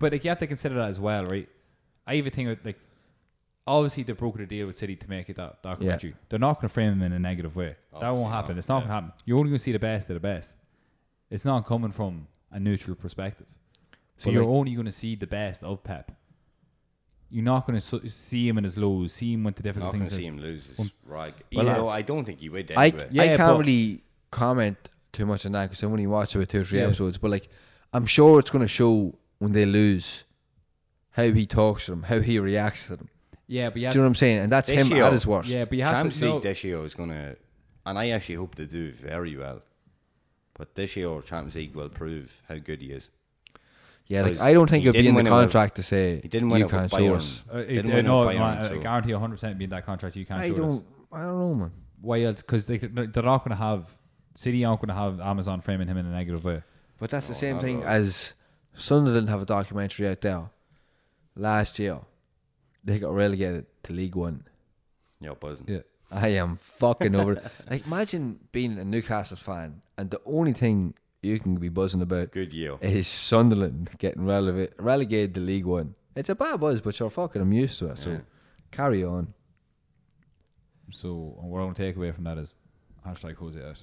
Speaker 5: but like you have to consider that as well, right? I even think like obviously they broke a deal with City to make it that documentary. They're not going to frame him in a negative way. that won't happen. It's not going to happen. You're only going to see the best of the best. It's not coming from a neutral perspective. So
Speaker 6: But
Speaker 5: you're
Speaker 6: like-
Speaker 5: only going to see the best of Pep. You're not going to so- see him in his lows, see him with the
Speaker 7: I'm
Speaker 5: difficult
Speaker 7: not
Speaker 5: things.
Speaker 7: going to
Speaker 5: that-
Speaker 7: see him lose his
Speaker 5: Well,
Speaker 7: rag.
Speaker 5: well,
Speaker 7: Even
Speaker 5: I-
Speaker 7: though I don't think he would
Speaker 6: I,
Speaker 7: anyway.
Speaker 5: Yeah,
Speaker 6: I
Speaker 5: but-
Speaker 6: can't really comment too much on that because I only watched about two or three
Speaker 5: Yeah.
Speaker 6: episodes. But like, I'm sure it's going to show when they lose how he talks to them, how he reacts to them.
Speaker 5: Yeah, but you
Speaker 6: Do
Speaker 5: have,
Speaker 6: you know what I'm saying? And that's
Speaker 7: They
Speaker 6: him
Speaker 7: show.
Speaker 6: at his worst.
Speaker 5: yeah, but you have
Speaker 7: Champions
Speaker 5: to know-
Speaker 7: League this year is going to, and I actually hope they do very well. But this year, Champions League will prove how good he is.
Speaker 6: Yeah, like
Speaker 7: Because
Speaker 6: I don't think
Speaker 7: he
Speaker 6: it'd be
Speaker 7: didn't
Speaker 6: in the
Speaker 7: win it with-
Speaker 6: contract to say
Speaker 7: He didn't win
Speaker 6: you
Speaker 7: it
Speaker 6: can't
Speaker 7: with
Speaker 6: show us.
Speaker 7: Bayern.
Speaker 5: Uh, it-
Speaker 7: Didn't
Speaker 5: uh,
Speaker 7: win
Speaker 5: no,
Speaker 7: with
Speaker 5: no,
Speaker 7: Bayern,
Speaker 5: I, I
Speaker 7: so-
Speaker 5: guarantee 100% being that contract, you can't
Speaker 6: I
Speaker 5: show this.
Speaker 6: don't. I don't know, man.
Speaker 5: Why else? Because they, they're not going to have City aren't going to have Amazon framing him in a negative way.
Speaker 6: But that's the same thing as Sunderland have a documentary out there. Last year, they got relegated to League One.
Speaker 7: Yeah, buzzing.
Speaker 5: Yeah.
Speaker 6: I am fucking over. *laughs* it. Like, imagine being a Newcastle fan, and the only thing you can be buzzing about
Speaker 7: Good year.
Speaker 6: is Sunderland getting releva- relegated to League One. It's a bad buzz, but you're fucking. I'm used to it. So carry on.
Speaker 5: So what I want to take away from that is hashtag Jose out.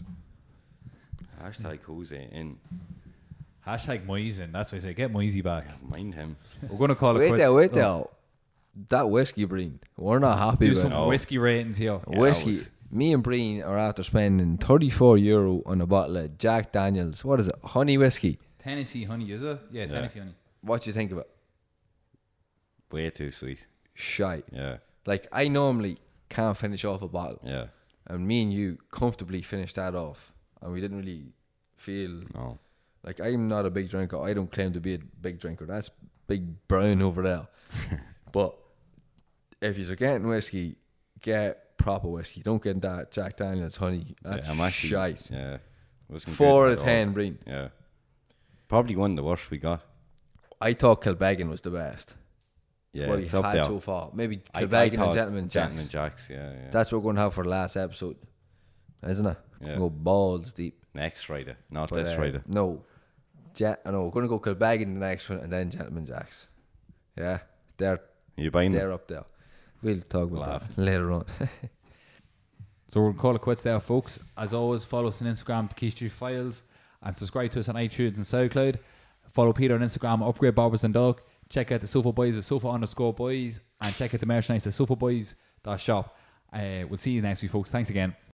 Speaker 7: Hashtag Jose in.
Speaker 5: Hashtag Moise in. That's what I say. Get Moise back.
Speaker 7: Mind him.
Speaker 5: We're going to call it
Speaker 6: Wait
Speaker 5: quits.
Speaker 6: there, wait
Speaker 5: Oh,
Speaker 6: there. That whiskey breen, we're not happy
Speaker 5: Do
Speaker 6: with.
Speaker 5: some
Speaker 6: it.
Speaker 5: whiskey ratings here.
Speaker 6: whiskey.
Speaker 7: was-
Speaker 6: Me and Breen are after spending 34 euro on a bottle of Jack Daniels. What is it? Honey whiskey.
Speaker 5: Tennessee honey, is it? Yeah, Tennessee honey.
Speaker 6: What do you think of it?
Speaker 7: Way too sweet.
Speaker 6: Shite.
Speaker 7: Yeah,
Speaker 6: Like I normally can't finish off a bottle,
Speaker 7: yeah.
Speaker 6: and me and you comfortably finished that off, and we didn't really feel
Speaker 7: No.
Speaker 6: like I'm not a big drinker. I don't claim to be a big drinker. That's big brown over
Speaker 7: *laughs*
Speaker 6: there. but if you're getting whiskey, get proper whiskey. Don't get that Jack Daniels honey. That's
Speaker 7: Yeah, I'm actually.
Speaker 6: shite.
Speaker 7: Yeah. Wasn't
Speaker 6: Four
Speaker 7: good
Speaker 6: out of
Speaker 7: at
Speaker 6: ten,
Speaker 7: all.
Speaker 6: Breen.
Speaker 7: Yeah. Probably one of the worst we got.
Speaker 6: I thought Kilbeggan was the best.
Speaker 7: Yeah,
Speaker 6: what
Speaker 7: it's
Speaker 6: he's
Speaker 7: up
Speaker 6: had
Speaker 7: there.
Speaker 6: so far. Maybe
Speaker 7: I- I
Speaker 6: Kilbeggan and
Speaker 7: thought
Speaker 6: Gentleman Jacks.
Speaker 7: Gentleman Jacks, yeah, yeah.
Speaker 6: That's what we're going to have for the last episode, isn't it?
Speaker 7: Yeah.
Speaker 6: Go balls deep.
Speaker 7: Next rider, not
Speaker 6: But,
Speaker 7: this
Speaker 6: uh,
Speaker 7: rider.
Speaker 6: No. Je- no, we're going to go Kilbeggan the next one and then Gentleman Jacks. Yeah. They're,
Speaker 7: You buying them?
Speaker 6: they're up there. We'll talk about that later on. *laughs*
Speaker 5: So we're going to call it quits there, folks. As always, follow us on Instagram, The Key Street Files, and subscribe to us on iTunes and SoundCloud. Follow Peter on Instagram, Upgrade Barbers and Dog. Check out the Sofa Boys, the Sofa underscore Boys, and check out the merchandise, the Sofa Boys dot shop. Uh, we'll see you next week, folks. Thanks again.